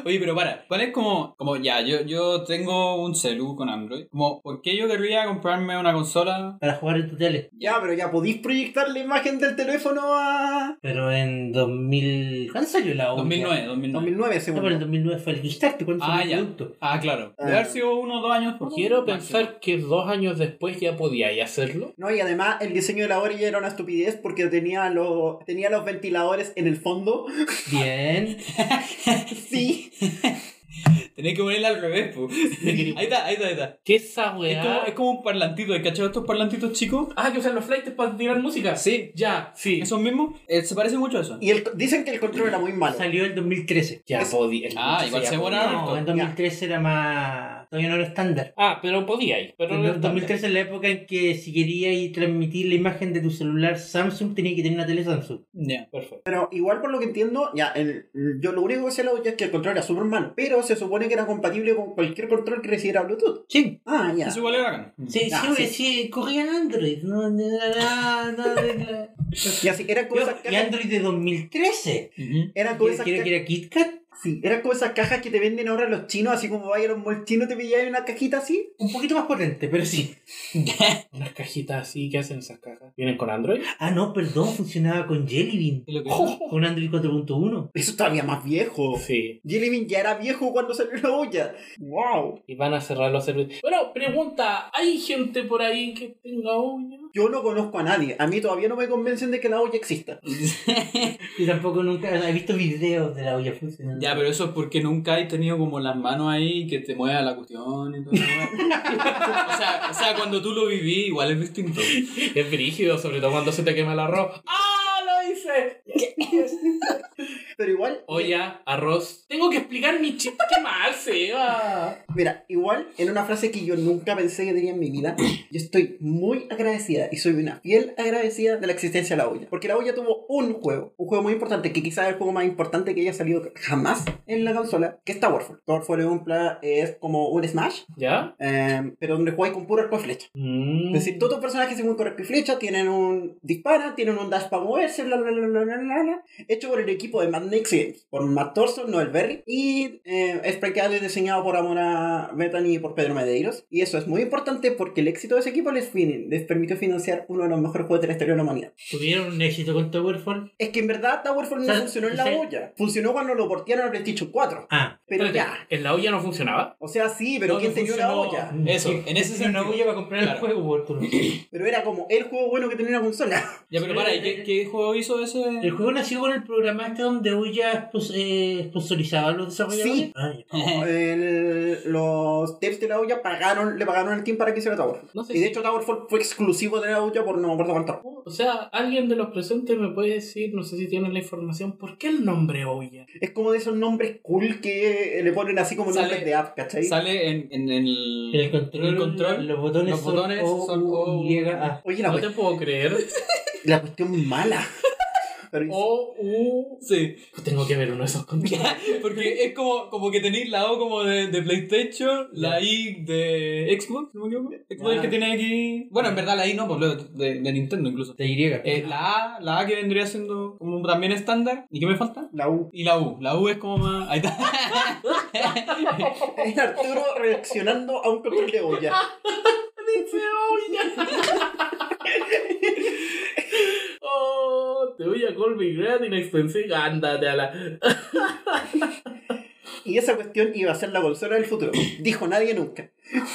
B: Oye, pero para, ¿cuál es como, como ya, yo, yo tengo un celu con Android? Como, ¿por qué yo querría comprarme una consola?
D: Para jugar en tu tele.
A: ya, pero ya podís proyectar la imagen del teléfono a.
D: Pero en 2000... ¿Cuándo salió la ONU?
B: 2009, 2009.
A: 2009,
D: No, pero en
A: según.
D: 2009 fue el Kickstarter. ¿Cuándo salió
B: Ah,
D: el
B: ya.
D: producto?
B: Ah, claro.
A: Ah.
B: Debe haber sido uno o dos años. por-
C: Quiero
B: máximo.
C: pensar que dos años después ya podía hacerlo.
A: No, y además el diseño de la orilla era una estupidez porque tenía, los tenía los ventiladores en el fondo.
D: Bien.
A: Sí.
B: Tenés que ponerla al revés, pues. Ahí está, ahí está, ahí está.
C: ¿Qué es esa
B: Es como,
C: weá?
B: es como un parlantito, ¿hay cachado estos parlantitos chicos?
C: Ah, que usan los flights para tirar música.
B: Sí.
C: Ya, Ah, sí.
B: ¿Esos mismos? Eh, se parece mucho a eso.
A: Y el, dicen que el control era muy malo.
D: Salió el 2013.
C: Ya podía.
B: Ah, igual
C: ya
B: se
C: podía.
B: borraron.
D: No, en 2013 era más... Todavía no era estándar.
C: Ah, pero podía ir. Pero no
D: En 2013 es la época en que si querías transmitir la imagen de tu celular Samsung, tenías que tener una tele Samsung.
B: Ya.
C: Perfecto.
A: Pero igual por lo que entiendo, ya, el, yo lo único que sé de la olla es que el control era súper malo. Pero se supone que era compatible con cualquier control que recibiera Bluetooth.
D: Sí.
A: Ah, ya.
B: Eso igual es bacán.
D: Sí,
A: Ah,
D: sí,
A: sí.
D: sí, corría en Android, no, no era nada, nada de la-
A: Y así, eran como esas
D: Yo- Y
A: cajas.
D: Android de 2013.
B: Ujú.
A: Eran como
D: ¿Quiere,
A: esas
D: quiere-
A: cajas.
D: quiere KitKat?
A: Sí, eran como esas cajas que te venden ahora los chinos, así como vaya a los malls chinos, te pilláis una cajita así.
D: Un poquito más potente, pero sí.
C: Unas cajitas así, ¿qué hacen esas cajas? ¿Vienen con Android?
D: Ah, no, perdón, funcionaba con Jelly Bean.
B: ¿Y lo que-
D: Con Android 4.1.
A: Eso es todavía más viejo.
C: Sí.
A: Jelly Bean ya era viejo cuando salió la olla. ¡Wow!
C: Y van a cerrar los servicios. Bueno, pregunta: ¿hay gente por ahí que tenga uña?
A: Yo no conozco a nadie. A mí todavía no me convencen de que la olla exista.
D: Yo tampoco nunca he visto videos de la olla funcionando.
B: Ya, pero eso es porque nunca has tenido como las manos ahí que te mueva la cuestión y todo. o, sea, o sea, cuando tú lo viví, igual es distinto.
C: Es brígido, sobre todo cuando se te quema el arroz. ¡Ah, lo hice!
A: Pero igual,
C: Olla, arroz. Tengo que explicar mi chiste. ¡Qué mal, Seba!
A: Mira, igual en una frase que yo nunca pensé que tenía en mi vida, yo estoy muy agradecida y soy una fiel agradecida de la existencia de la olla. Porque la olla tuvo un juego, un juego muy importante, que quizás es el juego más importante que haya salido jamás en la consola, que es Towerfall. Towerfall es, un pla- es como un Smash,
C: ¿Ya?
A: eh, pero donde jugáis con puro arco y flecha.
C: Mm.
A: Es
B: Mm.
A: decir, todos tus personajes según con arco y flecha tienen un dispara, tienen un dash para moverse, bla, bla, bla, bla, bla, bla, bla. Hecho por el equipo de Mad Max Games, por Matt Thorson, Noel Berry, y eh, es prácticamente diseñado por Amora Bethany y por Pedro Medeiros. Y eso es muy importante porque el éxito de ese equipo les, fin- les permitió financiar uno de los mejores juegos de la historia de la humanidad.
D: ¿Tuvieron un éxito con Towerfall?
A: Es que en verdad Towerfall no
D: ¿Sabes?
A: funcionó en la
D: ¿Sabes?
A: olla, funcionó cuando lo portearon a PlayStation 4.
D: Ah,
A: Pero
C: Espérate,
A: ya,
C: ¿En la olla no funcionaba?
A: o sea, sí, pero
B: No,
A: ¿quién
B: no
A: tenía una
B: funcionó.
A: olla?
B: Eso, en ese
D: Era una
B: sentido.
D: olla para comprar
B: Claro.
D: el juego, Arturo.
A: Pero era como el juego bueno que tenía una consola.
B: Ya, pero para, ¿y qué, qué juego hizo ese?
D: El ¿El juego nació con el programa este donde Uya pues, eh, sponsorizaba a los desarrolladores?
A: Sí.
D: Ah, ya.
A: Oh, El- los devs de la olla pagaron, le pagaron el team para que hiciera Tower.
C: No sé
A: y de
C: si-
A: hecho Tower fue, fue exclusivo de la olla por no me acuerdo cuánto.
C: O sea, alguien de los presentes me puede decir, no sé si tienen la información, ¿por qué el nombre Ouya?
A: Es como de esos nombres cool que eh, le ponen así como
B: Sale-
A: nombres de app, ¿cachai?
B: Sale en, en el.
D: El control,
B: el control,
D: los botones,
B: los botones son O,
D: Y, A.
A: Oh, Oye, la,
C: No
A: cue-
C: te puedo creer.
A: la cuestión mala. Pero-
C: O U.
B: Sí.
C: Tengo que ver uno de esos controles.
B: Porque es como, como que tenéis la O como de, de PlayStation, la I de Xbox, ¿no me equivoco? Xbox es el que tiene aquí. Bueno, en verdad la I no, pues lo de, de Nintendo incluso.
D: De Y.
B: Eh, la A, la A que vendría siendo como también estándar. ¿Y qué me falta?
A: La U.
B: Y la U. La U es como más. Ahí está.
A: Es Arturo reaccionando a un control de olla.
C: Dice Ouya. Oh, te voy a call me great in expensive. Ándate a la.
A: Y esa cuestión iba a ser la consola del futuro. Dijo nadie nunca.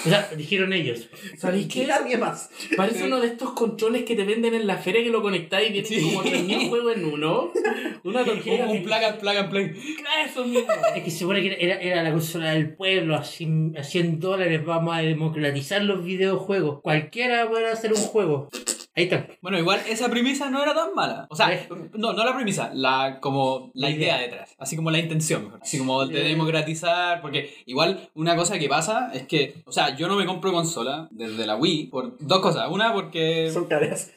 D: O sea, dijeron ellos.
C: ¿Sabéis qué?
A: Nadie más.
C: Parece uno de estos controles que te venden en la feria que lo conectáis y vienen
B: Sí.
C: como 3.000 juegos en uno. Una
B: Un,
C: tarjeta.
B: un plug and plug and play.
C: Claro, eso mismo.
D: Es que se supone que era, era la consola del pueblo, a 100, a 100 dólares vamos a democratizar los videojuegos. Cualquiera puede hacer un juego. Ahí está.
B: Bueno, igual esa premisa no era tan mala. O sea,
D: Eh.
B: no, no la premisa, la como la
D: La idea.
B: idea detrás, así como la intención, mejor. así como de democratizar, porque igual una cosa que pasa es que, o sea, yo no me compro consola desde la Wii por dos cosas, una porque
A: Son caras.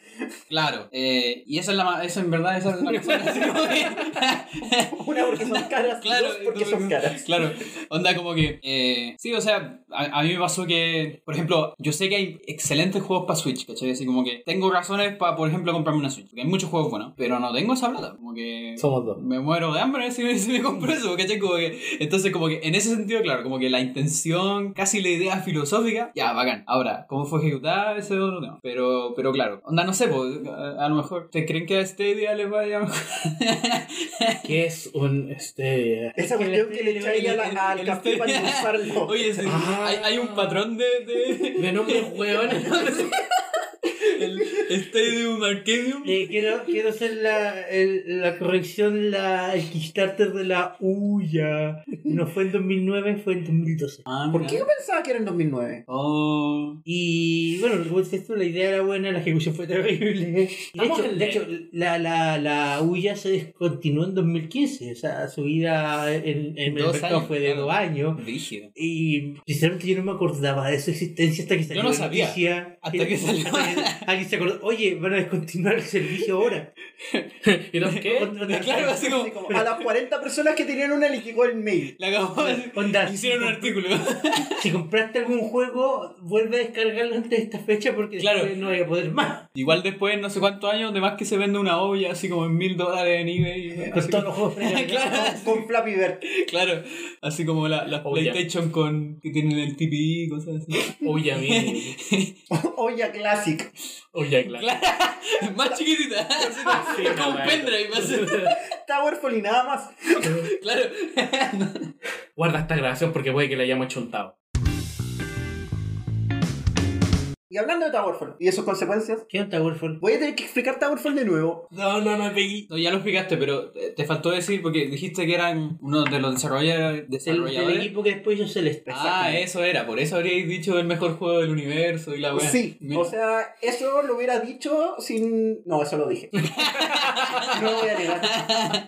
B: claro, eh, y esa es la ma- esa en verdad esa es la razón, así como que-
A: Una porque son caras.
B: Claro,
A: dos porque son
B: entonces,
A: caras.
B: Claro, onda como que. eh, sí, o sea, a, a mí me pasó que, por ejemplo, yo sé que hay excelentes juegos para Switch, ¿cachai? Así como que tengo razones para, por ejemplo, comprarme una Switch, porque hay muchos juegos buenos, pero no tengo esa plata, como que.
C: Somos dos.
B: Me muero de hambre si me, si me compro eso, ¿cachai? Como que, entonces, como que en ese sentido, claro, como que la intención, casi la idea filosófica, ya, bacán. Ahora, ¿cómo fue ejecutada? Ese es otro tema. Pero, pero claro, onda, no sé, po, a, a lo mejor, ¿te creen que a este día les vaya mejor?
C: ¿Qué es un este?
A: Esa cuestión que le echáis a la- al café para endulzarlo.
B: Oye, sí,
C: Ah.
B: hay, hay un patrón de, de-
C: De nombres hueones.
B: el Stadium Arcadium.
D: Eh, quiero, quiero hacer la, el- la corrección, la, el Kickstarter de la Uya. No fue en 2009, fue en 2012.
A: ¿Por qué yo pensaba que era en 2009?
B: Ah, Oh.
D: Y bueno, como dices tú, la idea era buena, la ejecución fue terrible. Y De
C: Estamos
D: hecho,
C: en
D: de
C: ley.
D: hecho, la, la, la Uya se descontinuó en 2015. O sea, su vida en, en el
B: Dos
D: mercado
B: años,
D: fue de
B: claro.
D: dos años.
B: Rígido.
D: Y sinceramente yo no me acordaba de su existencia hasta que salió
B: no
D: la
B: sabía.
D: noticia.
B: Hasta que salió.
D: Hasta que alguien se acordó, oye, van a descontinuar el servicio ahora.
C: ¿Y no qué?
D: Onda-
B: ¿Eh? Claro, así como.
A: Así como, a las 40 personas que tenían una les llegó el mail.
B: La acabó.
D: Onda,
B: Hicieron un artículo.
D: Si compraste algún juego, vuelve a descargarlo antes de esta fecha porque
B: Claro.
D: después no voy a poder más.
B: Igual después, no sé cuántos años, de más que se vende una olla así como en mil dólares en eBay. y-
D: Con
B: así
D: todos
B: como-
D: los juegos precargados.
B: Claro,
A: Con, con Flappy Bird.
B: claro, así como la- las
C: Olla.
B: PlayStation con que tienen el TPI y cosas así.
C: Uya mini.
A: Olla Classic.
C: Uya Oh, claro.
B: Más chiquitita, así como,
C: Sí,
B: es como
C: no,
B: un
C: bueno.
B: pendrive, así.
A: Towerful y nada más.
B: claro.
C: Guarda esta grabación porque puede que la hayamos chuntado.
A: Y hablando de Towerful y de sus consecuencias,
D: ¿Qué onda, Warfall?
A: voy a tener que explicar Towerful de nuevo.
C: No, no, no, Peggy.
B: No, ya lo explicaste, pero te te faltó decir porque dijiste que eran uno de los desarrolladores.
D: El, del
B: desarrolladores.
D: equipo que después hizo Celeste.
B: ah,
D: eh,
B: eso era, por eso habríais dicho el mejor juego del universo y la weá.
A: Sí,
B: Mira.
A: o sea, eso lo hubiera dicho sin... No, eso lo dije. no lo voy a negar.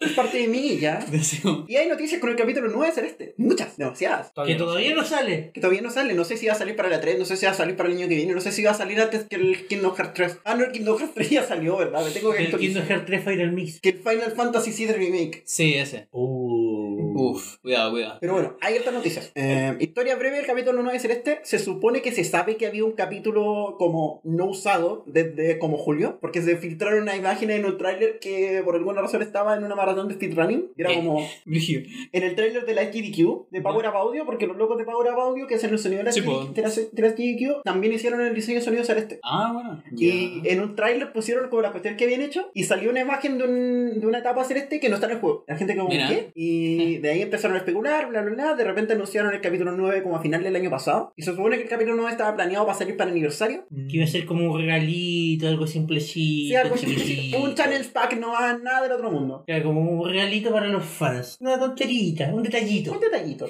A: Es parte de mí ya.
B: Decimos,
A: Y hay noticias con el capítulo 9 de Celeste. Muchas, demasiadas.
D: que todavía no sale.
A: Que todavía no sale. No sé si va a salir para la 3, no sé si va a salir para el año que viene, no sé si va a salir antes que el Kingdom Hearts 3. Ah, no, el Kingdom Hearts 3 ya salió, ¿verdad? Me tengo que
D: El Kingdom
A: actualizar.
D: Hearts 3 Final Mix.
A: Que el Final Fantasy VII Remake.
B: Sí, ese.
A: Uh.
B: Uf, cuidado, cuidado.
A: Pero bueno, hay otras noticias. Eh, historia breve del capítulo 9 de Celeste. Se supone que se sabe que había un capítulo como no usado desde como julio, porque se filtraron una imagen en un tráiler que por alguna razón estaba en una maratón de speedrunning. Y Era
B: Eh.
A: como
B: Brígido.
A: en el tráiler de la HDQ, de Power Up Audio, porque los locos de Power Up Audio que hacen el sonido de la,
B: Sí,
A: HDQ,
B: po.
A: de la- de la HDQ, también hicieron el diseño de sonido celeste.
B: Ah, bueno.
A: Y en un tráiler pusieron como la cuestión que habían hecho y salió una imagen de, un- de una etapa celeste que no está en el juego. La gente como,
B: Mira.
A: ¿qué? Y de ahí empezaron a especular, bla, bla, bla. De repente anunciaron el capítulo 9 como a final del año pasado. Y se supone que el capítulo 9 estaba planeado para salir para el aniversario.
B: Mm.
D: Que iba a ser como un regalito, algo simplecito.
A: Sí, algo
D: chiquitito.
A: chiquitito, un channel pack, no va nada del otro mundo.
D: Era como un regalito para los fans. Una tonterita, un
A: Un
D: detallito.
A: detallito.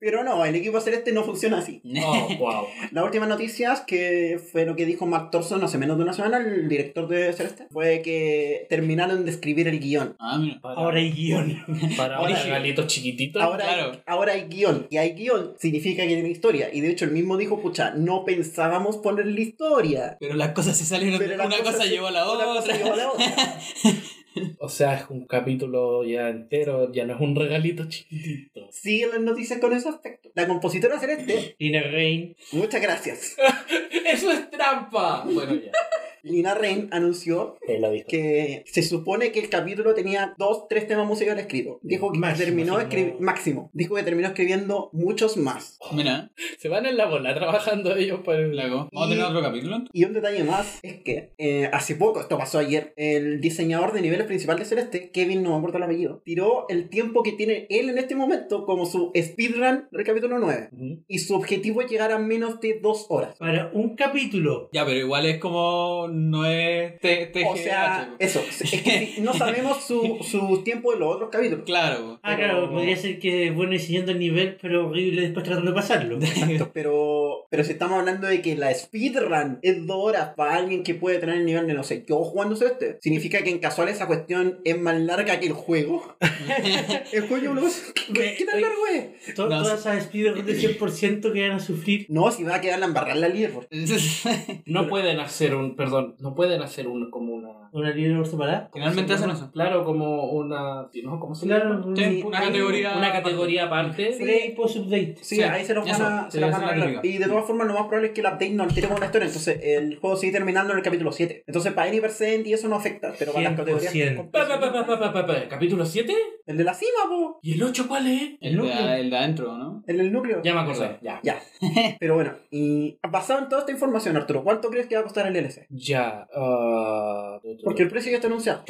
A: Pero no, el equipo celeste no funciona así.
C: Oh, wow.
A: Las últimas noticias, que fue lo que dijo Mark Thorson hace menos de una semana, el director de Celeste, fue que terminaron de escribir el guión.
B: Ah, mira.
C: Para,
D: Ahora hay guión.
C: para ahora, regalitos chiquititos.
A: Ahora, hay,
B: claro.
A: ahora hay guión. Y hay guión significa que hay una historia. Y de hecho, el mismo dijo, pucha, no pensábamos ponerle historia.
B: Pero las cosas se salieron,
A: Pero la
B: una cosa,
A: sí-
B: llevó a la
A: una
B: otra.
A: cosa llevó a la otra.
C: O sea, es un capítulo ya entero, ya no es un regalito chiquitito.
A: Siguen las noticias con ese aspecto. La compositora celeste,
D: Lina Rain.
A: muchas gracias.
C: ¡Eso es trampa! Bueno, ya.
A: Lina Rain anunció
C: Él lo dijo.
A: que se supone que el capítulo tenía dos, tres temas musicales escritos. Dijo que
D: Máximo,
A: terminó
D: sí,
A: escri-
D: no.
A: máximo. Dijo que terminó escribiendo muchos más.
B: Mira,
C: Se van en la bola trabajando ellos para el...
B: luego. ¿Vamos a tener otro capítulo?
A: Y un detalle más es que eh, hace poco, esto pasó ayer, el diseñador de niveles principal de Celeste, Kevin, no me acuerdo el apellido, tiró el tiempo que tiene él en este momento como su speedrun del capítulo 9.
C: Ujú.
A: Y su objetivo es llegar a menos de dos horas.
D: Para un capítulo.
B: Ya, pero igual es como. No es. T TGH.
A: O sea, eso. Es que si no sabemos su, su tiempo de los otros capítulos.
B: Claro.
D: Ah,
A: Pero-
D: claro, podría ser que es bueno diseñando el nivel, pero horrible después tratando de pasarlo.
A: Exacto, pero, pero si estamos hablando de que la speedrun es dos horas para alguien que puede tener el nivel de, no sé, yo jugando este, significa que en casual esa cuestión es más larga que el juego. el juego, boludo, ¿qué, qué tan largo es?
D: To-
B: No,
D: todas esas speedruns de 100% que van a sufrir.
A: No, si va a quedar la embarrada en la líder.
C: No pueden hacer un, perdón, no pueden hacer un como una...
D: Una libre por separada.
B: Generalmente hacen eso.
C: Claro, como una... ¿no? ¿Cómo se llama?
D: Claro,
B: Sí,
D: sí.
B: una categoría.
C: Una categoría aparte.
D: Pre y post update.
A: Sí,
B: Sí,
A: ahí se los van a,
B: eso,
A: se
B: sí,
A: los
B: esa
A: van a
B: es la
A: arreglar.
B: típica.
A: Y de todas formas, lo más probable es que el update no altere con la historia. Entonces, el juego sigue terminando en el capítulo 7. Entonces, para Any Percent y eso no afecta, pero para las categorías.
D: 100%.
C: Pa, pa, pa, pa, pa, pa, pa, pa. ¿Capítulo 7?
A: El de la cima, po.
C: ¿Y el 8 cuál es?
B: El
D: núcleo.
B: de, el de adentro, ¿no?
A: El del núcleo.
C: Ya me acordé, ya.
A: Ya. Pero bueno, y basado en toda esta información, Arturo, ¿cuánto crees que va a costar el DLC?
C: Ya. ah,
A: Porque el precio ya está anunciado.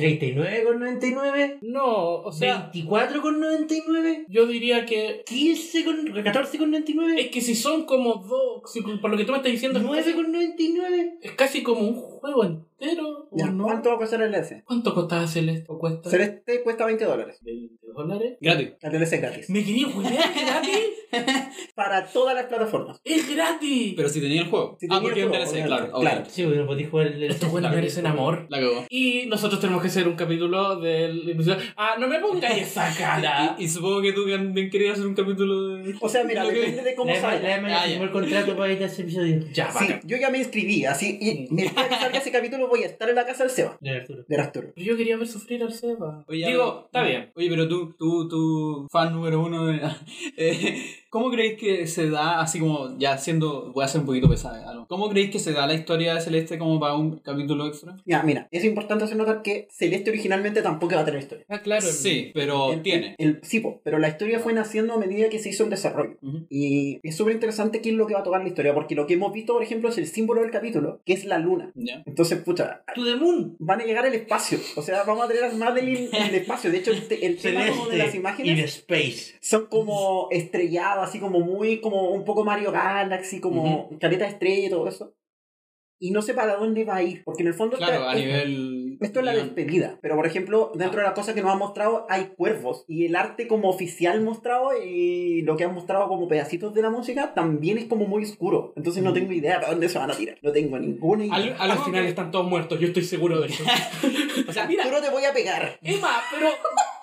D: 39,99.
C: No, o sea,
D: 24,99.
C: yo diría que...
D: 15 con 14,99.
C: Es que si son como dos, si, por lo que tú me estás diciendo, es casi-
D: 9,99.
C: es casi como un juego entero. ¿o
A: Ya,
C: no?
A: ¿Cuánto va a costar el DLC?
C: ¿Cuánto costaba Celeste? ¿O cuesta?
A: Celeste este, cuesta 20 dólares.
C: 20 dólares.
B: Gratis.
A: El DLC es gratis.
C: ¿Me quería jugar? ¿Es gratis?
A: Para todas las plataformas.
C: ¡Es gratis!
B: Pero si tenía el juego.
A: Si
B: ah,
A: tenía
B: porque
A: el juego,
B: es un DLC,
A: obviamente,
B: claro. ok.
A: claro.
D: Sí, bueno, podéis jugar el
C: Estos buenos merecen amor.
B: La cagó.
C: Y nosotros tenemos que hacer un capítulo del. Ah, no me pongas esa cara.
B: Y, y supongo que tú también querías hacer un capítulo de.
A: O sea, mira, depende de cómo
D: La Emma- la
A: salga.
D: Emma
B: Ah,
D: firmó
B: ya.
D: el contrato para editar ese episodio.
C: Ya,
A: Sí,
C: bacán. Mm.
A: yo ya me inscribí, así. Y el día que salga ese capítulo voy a estar en la casa del Seba,
D: De Arturo.
A: de Arturo.
C: Pero Yo quería ver sufrir al Seba.
B: Oye,
C: Digo,
B: algo-
C: está bien.
B: Oye, pero tú, tú, tú, fan número uno de... eh, ¿Cómo creéis que se da, así como, ya siendo, voy a ser un poquito pesada, algo. ¿cómo creéis que se da la historia de Celeste como para un capítulo extra?
A: Ya, mira, es importante hacer notar que Celeste originalmente tampoco va a tener historia.
C: Ah, claro.
B: Sí, pero
A: El-
B: tiene.
A: el- sí, po, pero la historia fue naciendo a medida que se hizo el desarrollo.
B: Ujú.
A: Y es súper interesante qué es lo que va a tocar la historia, porque lo que hemos visto, por ejemplo, es el símbolo del capítulo, que es la luna.
B: ¿Ya?
A: Entonces, pucha,
D: To the moon.
A: van a llegar al espacio. O sea, vamos a tener a Madeline en el espacio. De hecho, el, te- el tema como de las
D: Celeste y de
A: imágenes
D: space.
A: son como estrellados, así como muy, como un poco Mario Galaxy, como caleta de estrella y todo eso. Y no sé para dónde va a ir, porque en el fondo
B: Claro,
A: está-
B: a nivel...
A: esto es la despedida, pero por ejemplo,
B: Ah.
A: dentro de las cosas que nos han mostrado hay cuervos y el arte como oficial mostrado y lo que han mostrado como pedacitos de la música también es como muy oscuro. Entonces no tengo idea para dónde se van a tirar. No tengo ninguna idea.
B: Al,
C: Al
B: algo
C: final
B: que-
C: están todos muertos, yo estoy seguro de eso.
A: O sea, Arturo, te voy a pegar.
C: Emma, pero.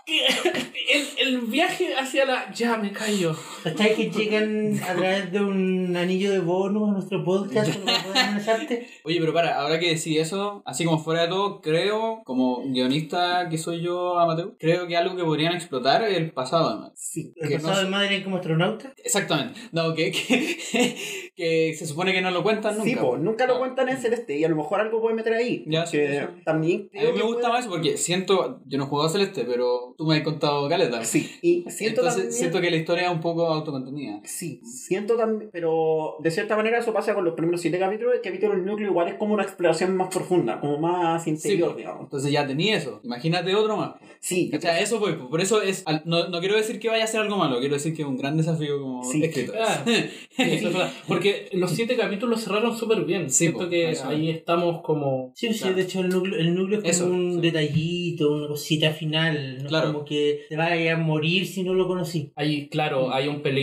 C: ¿qué? El, el viaje hacia la. Ya me callo.
D: ¿Cachai que llegan a través de un anillo de bono a nuestro podcast para poder amenazarte?
B: Oye, pero para, ahora que decís eso, así como fuera de todo, creo, como guionista que soy yo, Amateur, creo que algo que podrían explotar es el pasado de Matt.
A: Sí.
D: ¿El
B: Que
D: pasado
B: no-
D: de madre como astronauta?
B: Exactamente. No, que, que, que se supone que no lo cuentan nunca.
A: Sí, po, nunca lo
B: Ah.
A: cuentan en Celeste y a lo mejor algo puede meter ahí.
B: Ya, sí,
A: que
B: sí.
A: también
B: A mí
A: creo
B: me
A: que
B: gusta
A: puede-
B: más eso porque siento, yo no he jugado Celeste, pero Tú me has contado caleta.
A: Sí, y siento
B: Entonces
A: también-
B: siento que la historia es un poco autocontenida.
A: Sí, siento también, pero de cierta manera eso pasa con los primeros siete capítulos, el capítulo del núcleo igual es como una exploración más profunda, como más interior,
B: pues,
A: digamos.
B: entonces ya tenía eso. Imagínate otro más.
A: Sí, pues.
B: O sea, eso fue. pues. Por eso es. al- No, no quiero decir que vaya a ser algo malo, quiero decir que es un gran desafío como
A: Sí.
B: escritor.
C: Ah, sí, eso es verdad. Porque los siete capítulos cerraron súper bien.
B: Sí,
C: Siento
B: po,
C: que
B: eso es.
C: ahí estamos como.
D: Sí, sí,
B: Claro.
D: de hecho el núcleo, el núcleo es como
B: Eso,
D: un
B: sí.
D: detallito, una cosita final, no
B: Claro.
D: como que te vaya a morir si no lo conocí.
C: Ahí, claro, hay un peligro.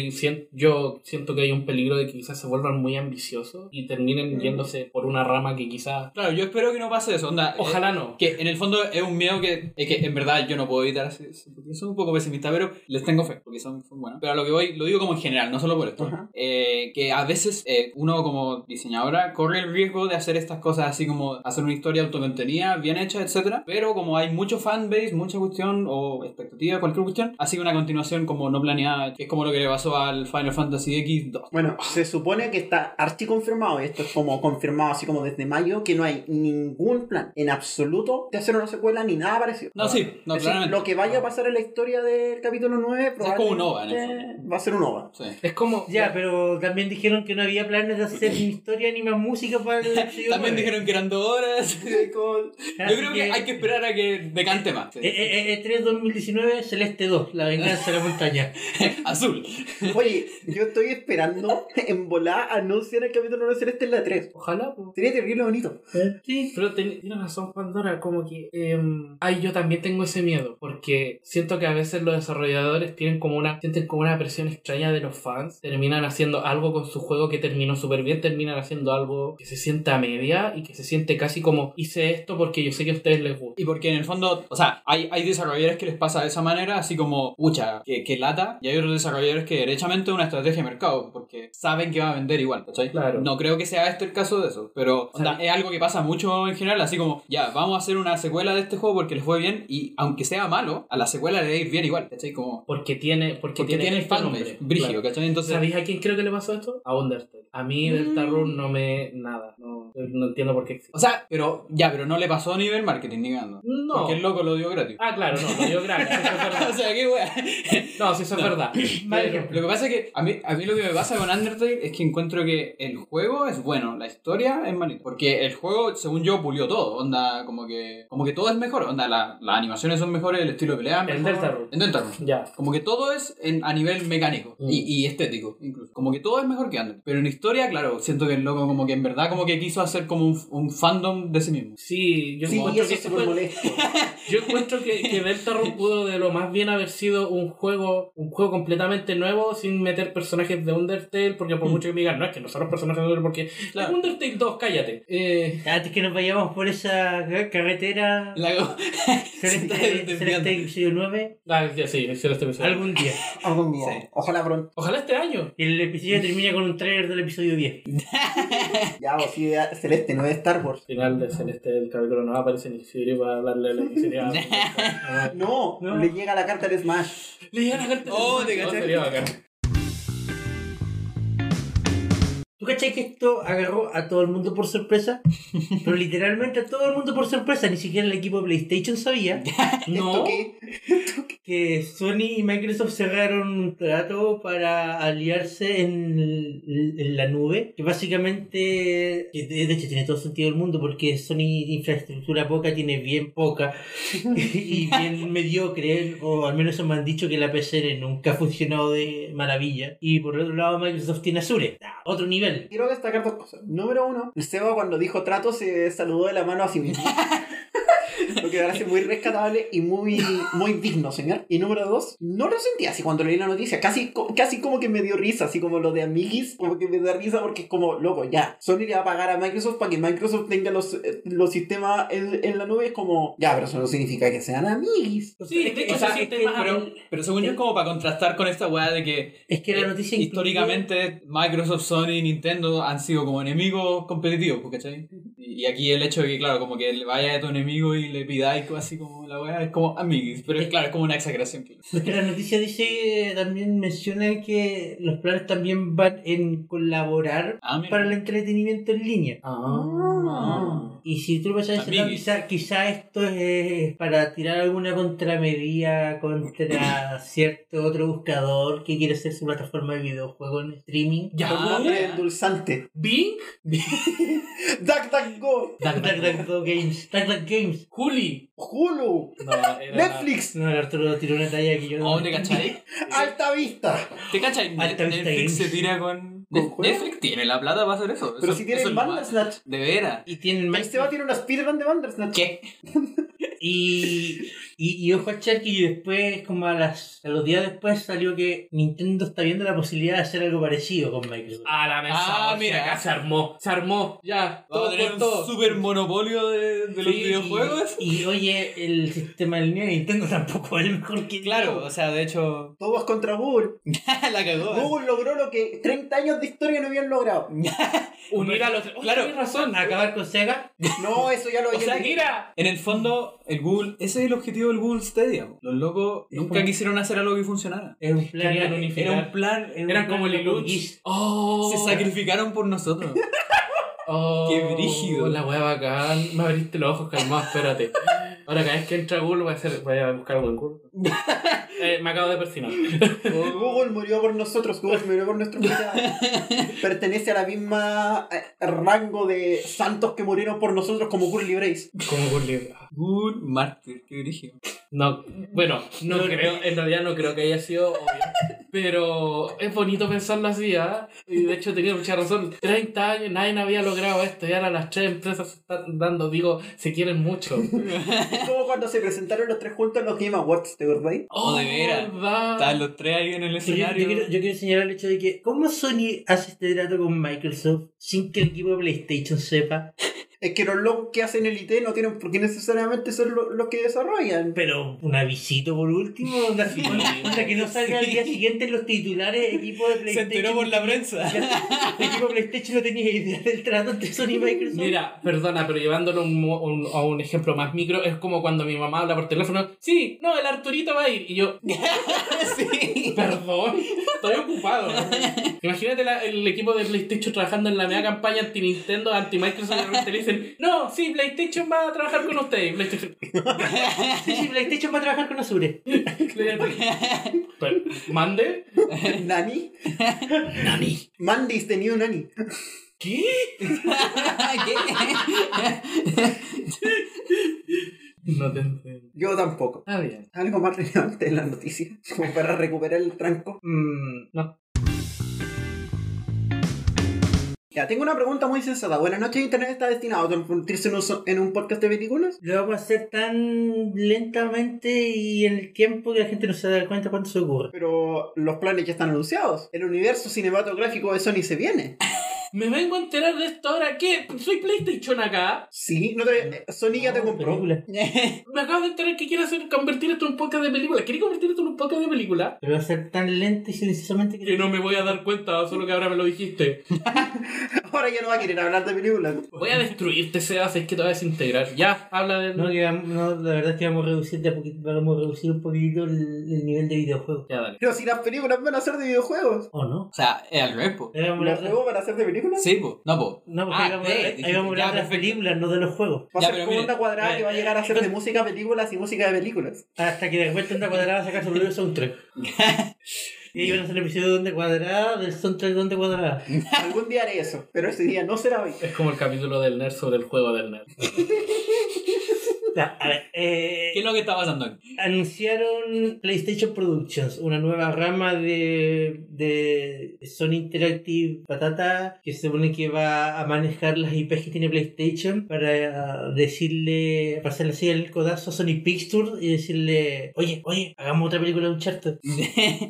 C: Yo siento que hay un peligro de que quizás se vuelvan muy ambiciosos y terminen yéndose por una rama que quizás.
B: Claro, yo espero que no pase eso. Onda, eh,
C: Ojalá no.
B: que en el fondo es un miedo que, eh, que en verdad yo no puedo evitar. sí, sí, porque Soy un poco pesimista, pero les tengo fe, porque son, son buenos. Pero a lo que voy, lo digo como en general, no solo por esto.
A: Ajá.
B: Eh, que a veces eh, uno como diseñadora corre el riesgo de hacer estas cosas así como hacer una historia autocontenida, bien hecha, etcétera Pero como hay mucho fanbase, mucha cuestión o expectativa, cualquier cuestión, así que una continuación como no planeada, que es como lo que le pasó al Final Fantasy X2.
A: Bueno, se supone que está archi confirmado, y esto es como confirmado así como desde mayo, que no hay ningún plan en absoluto de hacer una secuela ni nada parecido.
B: No, sí, no,
A: Es decir,
B: claramente.
A: lo que vaya a pasar en la historia del capítulo 9
B: O sea, es como un
A: probablemente
B: OVA, en el fondo.
A: va a ser un OVA.
B: Sí.
C: Es como.
D: Ya, pero también dijeron que no había planes de hacer ni historia ni más música para el
B: También dijeron que eran dos horas. como- Yo creo que hay que esperar a que decante más.
D: E e- E3 2019 Celeste 2, la venganza de la montaña.
B: Azul.
A: Oye, yo estoy esperando en volar anunciar el capítulo 9 celeste en la 3.
C: Ojalá, po.
A: Sería terrible bonito.
D: Sí.
C: Pero ten- tienes razón, Pandora, como que... em, ay, yo también tengo ese miedo, porque siento que a veces los desarrolladores tienen como una, sienten como una presión extraña de los fans, terminan haciendo algo con su juego que terminó súper bien, terminan haciendo algo que se sienta a media y que se siente casi como hice esto porque yo sé que a ustedes les gusta.
B: Y porque en el fondo, o sea, hay, hay desarrolladores que les pasa de esa manera, así como, pucha, que, que lata. Y hay otros desarrolladores que derechamente es una estrategia de mercado, porque saben que va a vender igual, ¿cachai?
C: Claro.
B: No creo que sea este el caso de eso, pero onda, es algo que pasa mucho en general, así como, ya, vamos a hacer una secuela de este juego porque les fue bien, y aunque sea malo, a la secuela le va a ir bien igual, ¿cachai? Como,
C: Porque tiene, porque,
B: porque tiene el
C: este
B: fanbase,
C: nombre.
B: brígido,
C: Claro.
B: ¿cachai? Entonces,
C: ¿Sabéis a quién creo que le pasó esto? A Undertale. A mí Deltarune no me... nada. No, no entiendo por qué existe.
B: o sea, pero, ya, pero no le pasó a nivel marketing, digamos.
C: No.
B: Porque el loco lo dio gratis.
C: Ah, claro, no, no, yo gracias. eso es verdad.
B: o sea, qué wea.
C: No, si eso es
B: No.
C: verdad.
D: Mal
C: Pero-
D: ejemplo.
B: Lo que pasa es que a mí, a mí lo que me pasa con Undertale es que encuentro que el juego es bueno, la historia es malita. Porque el juego, según yo, pulió todo. Onda, como que, como que todo es mejor. Onda, la- las animaciones son mejores, el estilo de pelea. es
C: El
B: mejor.
C: Deltarune.
B: El Deltarune.
C: Ya.
B: Como que todo es en- a nivel mecánico
C: Mm.
B: y, y estético, incluso. Como que todo es mejor que Undertale. Pero en historia, claro, siento que el loco, como que en verdad, como que quiso hacer como un, un fandom de sí mismo.
C: Sí, yo
A: Sí, y
C: encuentro
A: eso
C: que
A: es súper
C: fue-
A: molesto.
C: yo encuentro que, que Deltarune pudo de lo más bien haber sido un juego, un juego completamente nuevo sin meter personajes de Undertale, porque por mucho que me digan, no es que no son los personajes de Undertale, porque
B: Claro.
C: es Undertale 2, cállate. Eh,
D: Antes que nos vayamos por esa ca- carretera
B: La-
D: Celeste,
B: está
D: Celeste
B: desviando.
D: episodio 9,
C: ah, ya sí, hicieron este episodio.
D: algún día.
A: Algún día. Oh, Ojalá pronto.
C: Ojalá este año.
D: El episodio termina con un trailer del episodio 10.
A: Ya, o sí, ya, celeste, no es Star Wars.
C: Final de Celeste del capítulo no aparece Nick Fury para hablarle de la que sería.
A: No,
C: No.
A: le llega la carta de Smash.
C: Le llegan a carta.
B: Oh, te
C: No,
B: caché.
C: sería bacán.
D: ¿Tú cachai que esto agarró a todo el mundo por sorpresa? Pero literalmente a todo el mundo por sorpresa, ni siquiera el equipo de PlayStation sabía
A: ¿Esto
C: No.
A: qué?
D: que Sony y Microsoft cerraron un trato para aliarse en, el- en la nube, que básicamente, que de de hecho tiene todo sentido del mundo porque Sony infraestructura poca tiene bien poca y bien mediocre, o al menos eso me han dicho que la PCN nunca ha funcionado de maravilla. Y por otro lado Microsoft tiene Azure, Ah, otro nivel.
A: Quiero destacar dos cosas. Número uno, el Seba cuando dijo trato se saludó de la mano a sí mismo. Lo que parece muy rescatable y muy, muy digno, señor. Y número dos, no lo sentí así cuando leí la noticia. Casi, co- casi como que me dio risa, así como lo de Amigis, como que me da risa porque es como, loco, ya. Sony le va a pagar a Microsoft para que Microsoft tenga los, eh, los sistemas en, en la nube. Es como, ya, pero eso no significa que sean Amigis.
D: O sea,
C: Sí,
D: es que-
C: de hecho
D: o sea,
C: se
D: es
C: siente
D: que-
C: más a-
B: Pero, pero según yo es como para contrastar con esta weá de que
D: Es que la noticia
B: Eh,
D: incluía-
B: Históricamente, Microsoft, Sony y Nintendo pues, han sido como enemigos competitivos, ¿cachai? Y y aquí el hecho de que, claro, como que le vaya a tu enemigo y, y le pidáis como así como la weá, es como amiguis, pero es claro, es como una exageración. claro.
D: Porque la noticia dice, eh, también menciona que los planes también van en colaborar
B: Ah, mira.
D: para el entretenimiento en línea.
B: Ah.
D: Y si tú lo pensás, dices, no,
B: Amiguis.
D: quizá, quizá esto es para tirar alguna contramedida contra cierto otro buscador que quiere hacer su plataforma de videojuego en streaming.
C: Ya,
A: Con
B: Ah,
A: nombre endulzante.
C: Bing,
A: Duck, duck, go.
D: DuckDuckGo Games, DuckDuck Games.
C: Juli.
A: Hulu.
C: No, era-
A: Netflix.
D: No, el Arturo tiró una talla que yo no.
B: Oh, ¿te cachai?
A: Alta vista.
B: ¿Te cachai?
D: Alta
B: Net-
D: vista
B: Netflix se
D: Games.
B: tira con...
A: ¿Con juego?
B: Netflix tiene la plata para hacer eso.
A: Pero
B: Eso-
A: si tiene
B: eso
A: el
B: es lo más-
A: Bandersnatch.
B: De veras.
D: Y tienen
A: Ahí
D: más.
C: este
A: se va a tirar una speedrun de Bandersnatch.
B: ¿Qué?
D: Y, y, y ojo al charqui, y después, como a, las, a los días después, salió que Nintendo está viendo la posibilidad de hacer algo parecido con Microsoft.
C: A la mesa.
B: Ah,
C: o sea,
B: mira.
C: acá se armó. Se armó. Ya.
B: Vamos a
C: Todo
B: tener
C: por
B: un
C: todo.
B: super monopolio de, de los
D: Sí,
B: videojuegos.
D: Y, y, oye, el sistema de línea de Nintendo tampoco es el mejor que
B: Claro, o sea, de hecho,
A: Todos contra Google.
B: la cagó.
A: Google logró lo que 30 años de historia no habían logrado.
C: Unir a los tres.
B: Claro.
C: Claro. Tienes razón.
D: acabar con Sega.
A: No, eso ya lo
C: O sea,
A: habían
C: mira.
B: En el fondo, el Google, ese es el objetivo del Google Stadia. po. Los locos nunca quisieron hacer algo que funcionara.
D: Es un plan.
C: Querían
D: era-
C: unificar.
B: Era un plan,
D: eh,
B: era un
C: Eran
B: plan
C: como el
B: loco.
C: Iluch. Oh.
B: Se sacrificaron por nosotros.
C: Oh,
B: Qué brígido.
C: La wea bacán. Me abriste los ojos, calmado, espérate. Ahora cada vez que entra Google voy a, hacer, voy a buscar algo en Google. Eh, me acabo de persinar.
A: Google murió por nosotros, Google murió por nuestros cuidados. Pertenece a la misma eh, rango de santos que murieron por nosotros como Curly Brace.
C: Como Google.
B: Google Mártir, qué brígido.
C: No, bueno, no creo, en realidad no creo que haya sido obvio. Pero es bonito pensarlo así, ¿ah? Y de hecho tenía mucha razón. 30 años, nadie había logrado esto. Y ahora las tres empresas se están dando, digo, se quieren mucho.
A: Es como cuando se presentaron los tres juntos en los Game Awards, ¿te acordáis?
B: Oh, de veras.
C: ¿verdad?
B: Estaban los tres ahí en el
D: Yo, yo
B: escenario.
D: quiero, yo quiero señalar el hecho de que, ¿cómo Sony hace este trato con Microsoft sin que el equipo de PlayStation sepa?
A: Es que los locos que hacen el IT no tienen por qué necesariamente ser lo- los que desarrollan.
D: Pero un avisito por último, onda,
C: Sí.
D: onda que no salga al día siguiente en los titulares, equipo de
B: Se
D: PlayStation.
B: enteró por la prensa.
D: El equipo de PlayStation no tenía idea del trato entre Sony y Microsoft.
C: Mira, perdona, pero llevándolo a un mo- a un- a un ejemplo más micro, es como cuando mi mamá habla por teléfono, sí, no, el Arturito va a ir. Y yo,
B: sí.
C: Perdón, estoy ocupado. Imagínate la- el equipo de PlayStation trabajando en la media campaña anti-Nintendo, anti-Microsoft, y de repente le dicen, no, sí, PlayStation va a trabajar con ustedes. Y PlayStation,
D: Sí, sí, PlayStation va a trabajar con Azure.
C: Pero, "Pues, ¿Mande?
A: ¿Nani? Nani. Mandy's tenía un nani.
C: ¿Qué? No te entiendo.
A: Yo tampoco.
C: Está bien.
A: Algo más relevante en la noticia, como para recuperar el tranco.
D: Mm, no.
A: Ya, tengo una pregunta muy sensata. Buenas noches, Internet está destinado a convertirse en un, so- en un podcast de películas.
D: Lo vamos a hacer tan lentamente y en el tiempo que la gente no se da cuenta cuánto se ocurre.
A: Pero los planes ya están anunciados. El universo cinematográfico de Sony se viene.
C: Me vengo a enterar de esto ahora que soy PlayStation acá.
A: Sí, no te- eh, Sony ya te compró.
D: Película.
C: Me acabo de enterar que quiere hacer convertir esto en un podcast de película. ¿Quería convertir esto en un podcast de película?
D: Lo va a hacer tan lento y silenciosamente que...
C: Que no me voy a dar cuenta, solo que ahora me lo dijiste.
A: Ahora ya no va a querer hablar de películas.
C: Voy a destruirte, Sebas, es que te voy a desintegrar. Ya, habla de...
D: No, que vamos- no, la verdad es que vamos a reducir de a poquito, vamos a reducir un poquitito el, el nivel de videojuego.
C: Ya, dale.
A: Pero si las películas van a ser de videojuegos.
D: ¿O no?
B: O sea, es al revés, po.
D: Ahí vamos a
A: ¿Los
D: hablar de-
A: juegos van a ser de películas?
B: Sí, po. No, po.
D: No, porque
B: Ah,
D: ahí vamos a
B: ve,
D: hablar- ahí
B: dijiste,
D: vamos a hablar
B: ya,
D: de las
B: perfecto.
D: películas, no de los juegos.
A: Va a
B: Ya,
A: ser
B: pero
A: como
B: mire,
A: onda cuadrada
D: eh,
A: que va a llegar a ser de música, películas y música de películas.
D: Hasta que de repente Onda Cuadrada va a sacar su propio soundtrack. y ahí van a hacer el episodio de Onda Cuadrada, del soundtrack de Onda Cuadrada.
A: Algún día haré eso, pero ese día no será hoy.
C: Es como el capítulo del nerd sobre el juego del nerd.
D: Ya, a ver, eh,
B: ¿Qué es lo que está pasando aquí?
D: anunciaron PlayStation Productions, una nueva rama de, de Sony Interactive Patata que se supone que va a manejar las IPs que tiene PlayStation para decirle, pasarle así el codazo a Sony Pictures y decirle, oye, oye, hagamos otra película de un charter.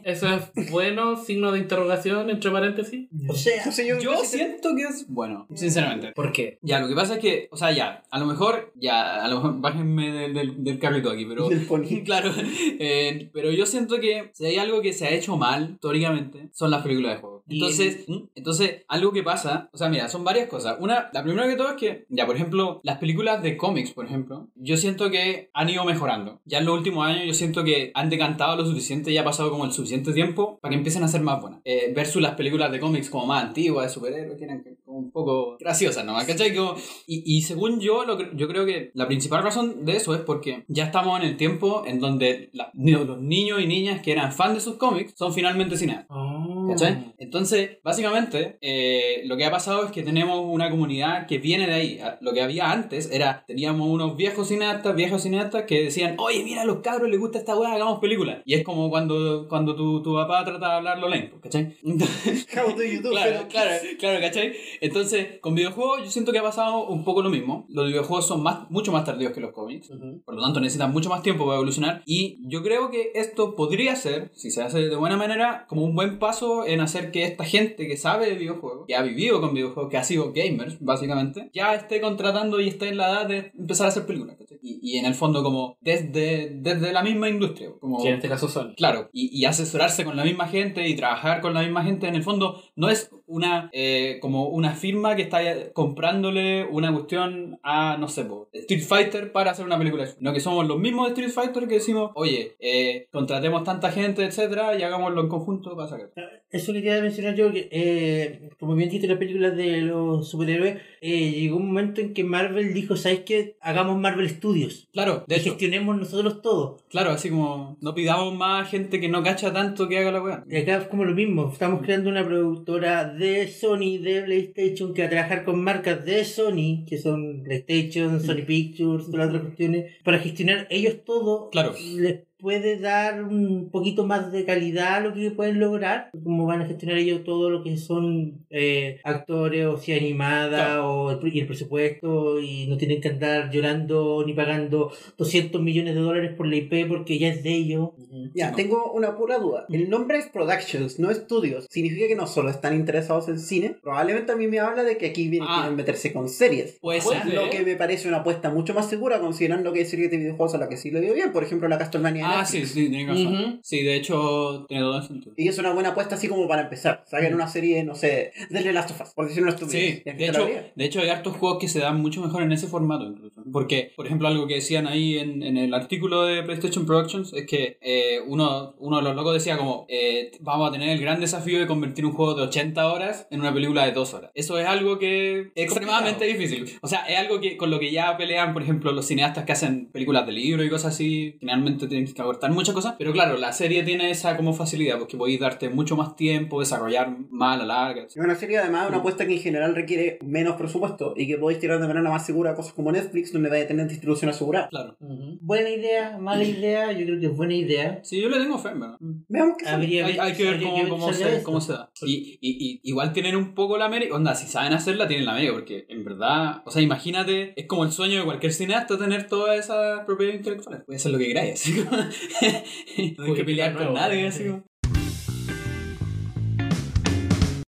C: ¿Eso es bueno? ¿Signo de interrogación, entre paréntesis?
B: Mm.
D: O sea,
A: Entonces yo,
B: Yo siento que es bueno, sinceramente.
C: ¿Por qué?
B: Ya, lo que pasa es que, o sea, ya, a lo mejor, ya, a lo mejor va, bájenme del, del, del carrito aquí, pero...
A: Del pony.
B: Claro, eh, pero yo siento que si hay algo que se ha hecho mal, teóricamente, son las películas de juego.
D: Y-
B: Entonces, ¿Mm? entonces, algo que pasa, o sea, mira, son varias cosas. Una, la primera que todo es que, ya, por ejemplo, las películas de cómics, por ejemplo, yo siento que han ido mejorando. Ya en los últimos años, yo siento que han decantado lo suficiente, ya ha pasado como el suficiente tiempo para que empiecen a ser más buenas. Eh, versus las películas de cómics como más antiguas, de superhéroes, que eran como un poco graciosas, ¿no? ¿Cachai? Como- y, y según yo, lo, que- yo creo que la principal razón de eso es porque ya estamos en el tiempo en donde la- los niños y niñas que eran fan de sus cómics son finalmente cineastas.
C: Oh.
B: ¿Cachai? Entonces, básicamente, eh, lo que ha pasado es que tenemos una comunidad que viene de ahí. A- Lo que había antes era, teníamos unos viejos cineastas, viejos cineastas que decían, oye, mira, a los cabros les gusta esta weá, hagamos películas. Y es como cuando, cuando tu, tu papá trata de hablarlo lento, ¿cachai?
A: How do you do?
B: Claro,
A: pero-
B: claro, claro, ¿cachai? Entonces, con videojuegos yo siento que ha pasado un poco lo mismo. Los videojuegos son más, mucho más tardíos que los cómics. Por lo tanto, necesitan mucho más tiempo para evolucionar. Y yo creo que esto podría ser, si se hace de buena manera, como un buen paso en hacer que esta gente que sabe de videojuegos, que ha vivido con videojuegos, que ha sido gamers, básicamente, ya esté contratando y esté en la edad de empezar a hacer películas. ¿cachai? Y, y en el fondo, como desde, desde la misma industria. Como,
C: Que en este caso son.
B: Claro, y, y asesorarse con la misma gente y trabajar con la misma gente, en el fondo, no es una eh, como una firma que está eh, comprándole una cuestión a, no sé, po, Street Fighter para hacer una película. No que somos los mismos de Street Fighter que decimos, oye, eh, contratemos tanta gente, etcétera, y hagámoslo en conjunto para sacar.
D: Eso quería mencionar yo, que eh, como bien dijiste en las películas de los superhéroes, eh, llegó un momento en que Marvel dijo, ¿sabes qué? Hagamos Marvel Studios.
B: Claro, de
D: y
B: hecho,
D: gestionemos nosotros todo.
B: claro, así como no pidamos más gente que no cacha tanto que haga la weá.
D: Y acá es como lo mismo, estamos
B: Mm.
D: creando una productora de Sony, de PlayStation, que va a trabajar con marcas de Sony, que son
B: Mm.
D: PlayStation, Sony Pictures, todas las otras cuestiones, para gestionar ellos todo.
B: Claro.
D: Les puede dar un poquito más de calidad a lo que pueden lograr, como van a gestionar ellos todo lo que son eh, actores, o sea, animada,
B: Claro.
D: o el, pr- y el presupuesto, y no tienen que andar llorando ni pagando 200 millones de dólares por la IP porque ya es de ellos.
A: Ya,
B: No.
A: tengo una pura duda. El nombre es Productions, no Studios. ¿Significa que no solo están interesados en cine? Probablemente a mí me habla de que aquí vienen,
B: Ah.
A: quieren meterse con series.
B: Puede
C: Puede
B: ser.
C: ser.
A: Lo que me parece una apuesta mucho más segura considerando que hay series de videojuegos a las que sí lo dio bien. Por ejemplo, la Castlevania. de
B: Ah, sí,
A: Netflix.
B: sí, tiene razón.
C: Ujú.
B: Sí, de hecho, tiene todo el sentido.
A: Y es una buena apuesta así como para empezar. Saquen una serie, no sé, de Last of Us, por decir una estupidez.
B: Sí,
A: Y aquí te la
B: de hecho,
A: vería.
B: de hecho hay hartos juegos que se dan mucho mejor en ese formato incluso. Porque, por ejemplo, algo que decían ahí en, en el artículo de PlayStation Productions es que eh, uno, uno de los locos decía como, eh, vamos a tener el gran desafío de convertir un juego de 80 horas en una película de 2 horas. Eso es algo que es extremadamente difícil. O sea, es algo que con lo que ya pelean, por ejemplo, los cineastas que hacen películas de libro y cosas así, generalmente tienen que abortar muchas cosas. Pero claro, la serie tiene esa como facilidad, porque podéis darte mucho más tiempo, desarrollar más a la larga, etc.
A: Es una serie además una apuesta que en general requiere menos presupuesto y que podéis tirar de manera más segura cosas como Netflix donde vais a tener distribución asegurada.
B: Claro.
D: Buena idea, mala idea, yo creo que es buena idea.
B: Sí, yo le tengo fe, en ¿verdad?
A: Veamos qué sale.
D: Habría
B: Hay, hay que ver
D: habría
B: cómo, cómo,
D: salga
B: se,
D: esto.
B: cómo se da. Y, y- y igual tienen un poco la mérito. Onda, si saben hacerla, tienen la mérito. Porque en verdad, o sea, imagínate, es como el sueño de cualquier cineasta tener todas esas propiedades intelectuales. Puedes hacer lo que queráis. así como- no hay que
C: Publicar
B: pelear con
C: nuevo,
B: nadie.
C: ¿no?
B: Así como.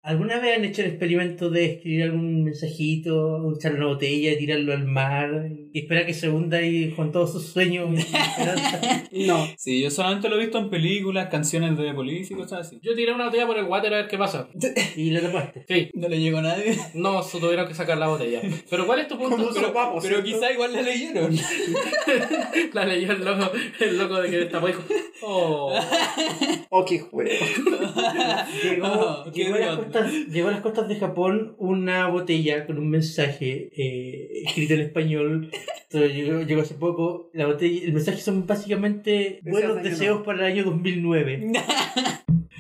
D: ¿Alguna vez han hecho el experimento de escribir algún mensajito, echar una botella, tirarlo al mar y esperar que se hunda y con todos sus sueños y esperanzas?
A: No,
B: Sí, yo solamente lo he visto en películas, canciones de políticos, cosas así.
C: Yo tiré una botella por el water a ver qué pasa.
D: y lo tapaste?
C: Sí,
B: No le llegó a nadie.
C: no, se tuvieron que sacar la botella. Pero ¿cuál es tu punto?
A: Como un
C: Pero-
A: sopapo,
B: Pero
A: ¿cierto?
B: quizá igual la leyeron.
C: la leyó el loco, el loco de que destapó y dijo, oh,
A: Oh, qué juego.
D: Llegó,
B: Oh, qué
D: llegó a las
B: idiota.
D: costas, llegó a las costas de Japón una botella con un mensaje eh, escrito en español. Entonces, llegó, llegó hace poco. La botella, el mensaje son básicamente
A: Deseos
D: buenos
A: de año
D: deseos
A: nuevo.
D: para el año 2009.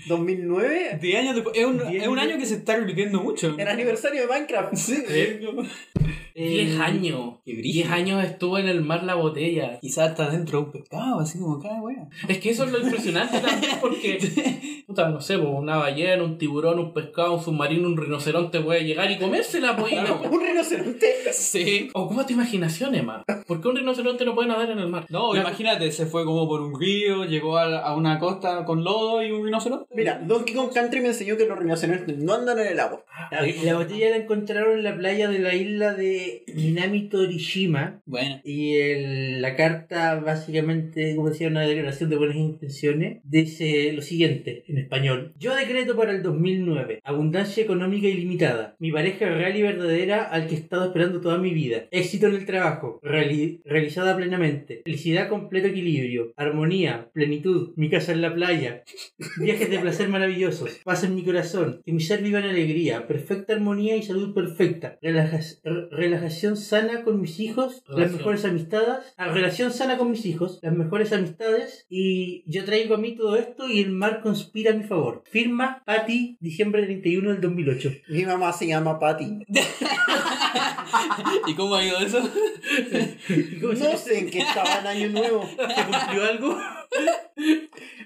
A: 2009
B: Diez años después. Es un,
D: Diez
B: es un
D: años.
B: año que se está repitiendo mucho.
A: el aniversario de Minecraft. Sí.
C: ¿eh?
D: Eh,
C: 10 años.
B: Qué brillo.
C: 10 años estuvo en el mar la botella.
B: Quizás está dentro de un pescado, así como cada wea.
C: Es que eso es lo impresionante también porque, puta, no sé, pues, una ballena, un tiburón, un pescado, un submarino, un rinoceronte puede llegar y comérsela, pues. y
B: Claro.
C: después-
A: Un rinoceronte.
B: Sí.
C: Ocupa tu imaginación, Emma. ¿Por qué un rinoceronte no puede nadar en el mar?
B: No,
C: La-
B: imagínate, se fue como por un río, llegó a, la- a una costa con lodo y un rinoceronte.
A: Mira, Donkey Kong Country me enseñó que los rinocerontes no andan en el agua.
D: La, la botella la encontraron en la playa de la isla de de Minami Torishima.
B: Bueno.
D: Y el- la carta, básicamente, como decía, una declaración de buenas intenciones, dice lo siguiente en español. Yo decreto para el 2009 abundancia económica ilimitada, mi pareja real y verdadera al que he estado esperando toda mi vida, éxito en el trabajo, reali- realizada plenamente, felicidad, completo equilibrio, armonía, plenitud, mi casa en la playa, Viajes de placer maravillosos. Paz en mi corazón. Que mi ser viva en alegría. Perfecta armonía y salud perfecta. relaja- re- relajación sana con mis hijos. Las
C: Relación.
D: mejores amistades. ah, relación sana con mis hijos. Las mejores amistades. Y yo traigo a mí todo esto y el mar conspira a mi favor. Firma Patty, diciembre 31 del 2008.
A: Mi mamá se llama Patty.
B: ¿Y cómo ha ido eso?
D: ¿Y cómo se-
A: No sé en qué estaba el año nuevo.
D: ¿Se cumplió algo?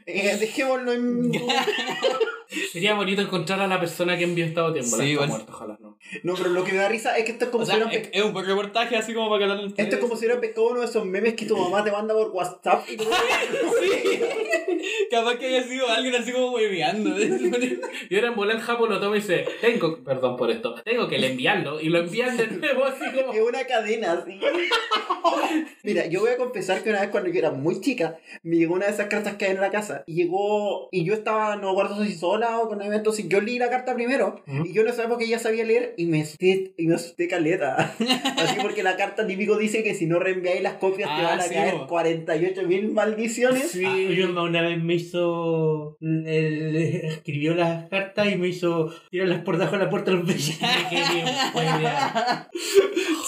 A: Eh, dejémoslo en.
C: Sería bonito encontrar a la persona que envió esta tiempo.
B: Sí,
C: Sí,
B: bueno.
C: muerto, ojalá no.
A: No, pero lo que me da risa es que esto es como
B: O sea, eh,
A: si hubieran
B: es,
A: pe-
B: es un buen reportaje así como para calar el
A: Esto es como si hubieran pescado uno de esos memes que tu mamá te manda por WhatsApp. Y tú-
B: Capaz que haya sido alguien así como hueveando.
C: Y ahora en volar el Japón lo toma y dice, tengo, perdón por esto, tengo que le enviarlo. Y lo envían de nuevo así como...
A: Es una cadena así. Mira, yo voy a confesar que una vez cuando yo era muy chica, me llegó una de esas cartas que hay en la casa. Y llegó, y yo estaba, no guardo si sola o con alguien, entonces yo leí la carta primero.
C: Ujú.
A: Y yo no sabía porque ella sabía leer y me asusté, y me asusté caleta. Así porque la carta típico dice que si no reenviáis las copias te
B: Ah,
A: van a
B: sí,
A: caer
B: bo.
A: 48 mil maldiciones.
D: Sí, Ah, yo una vez me hizo. él escribió las cartas y me hizo tirarlas por debajo de la puerta de los vecinos. Qué buena idea.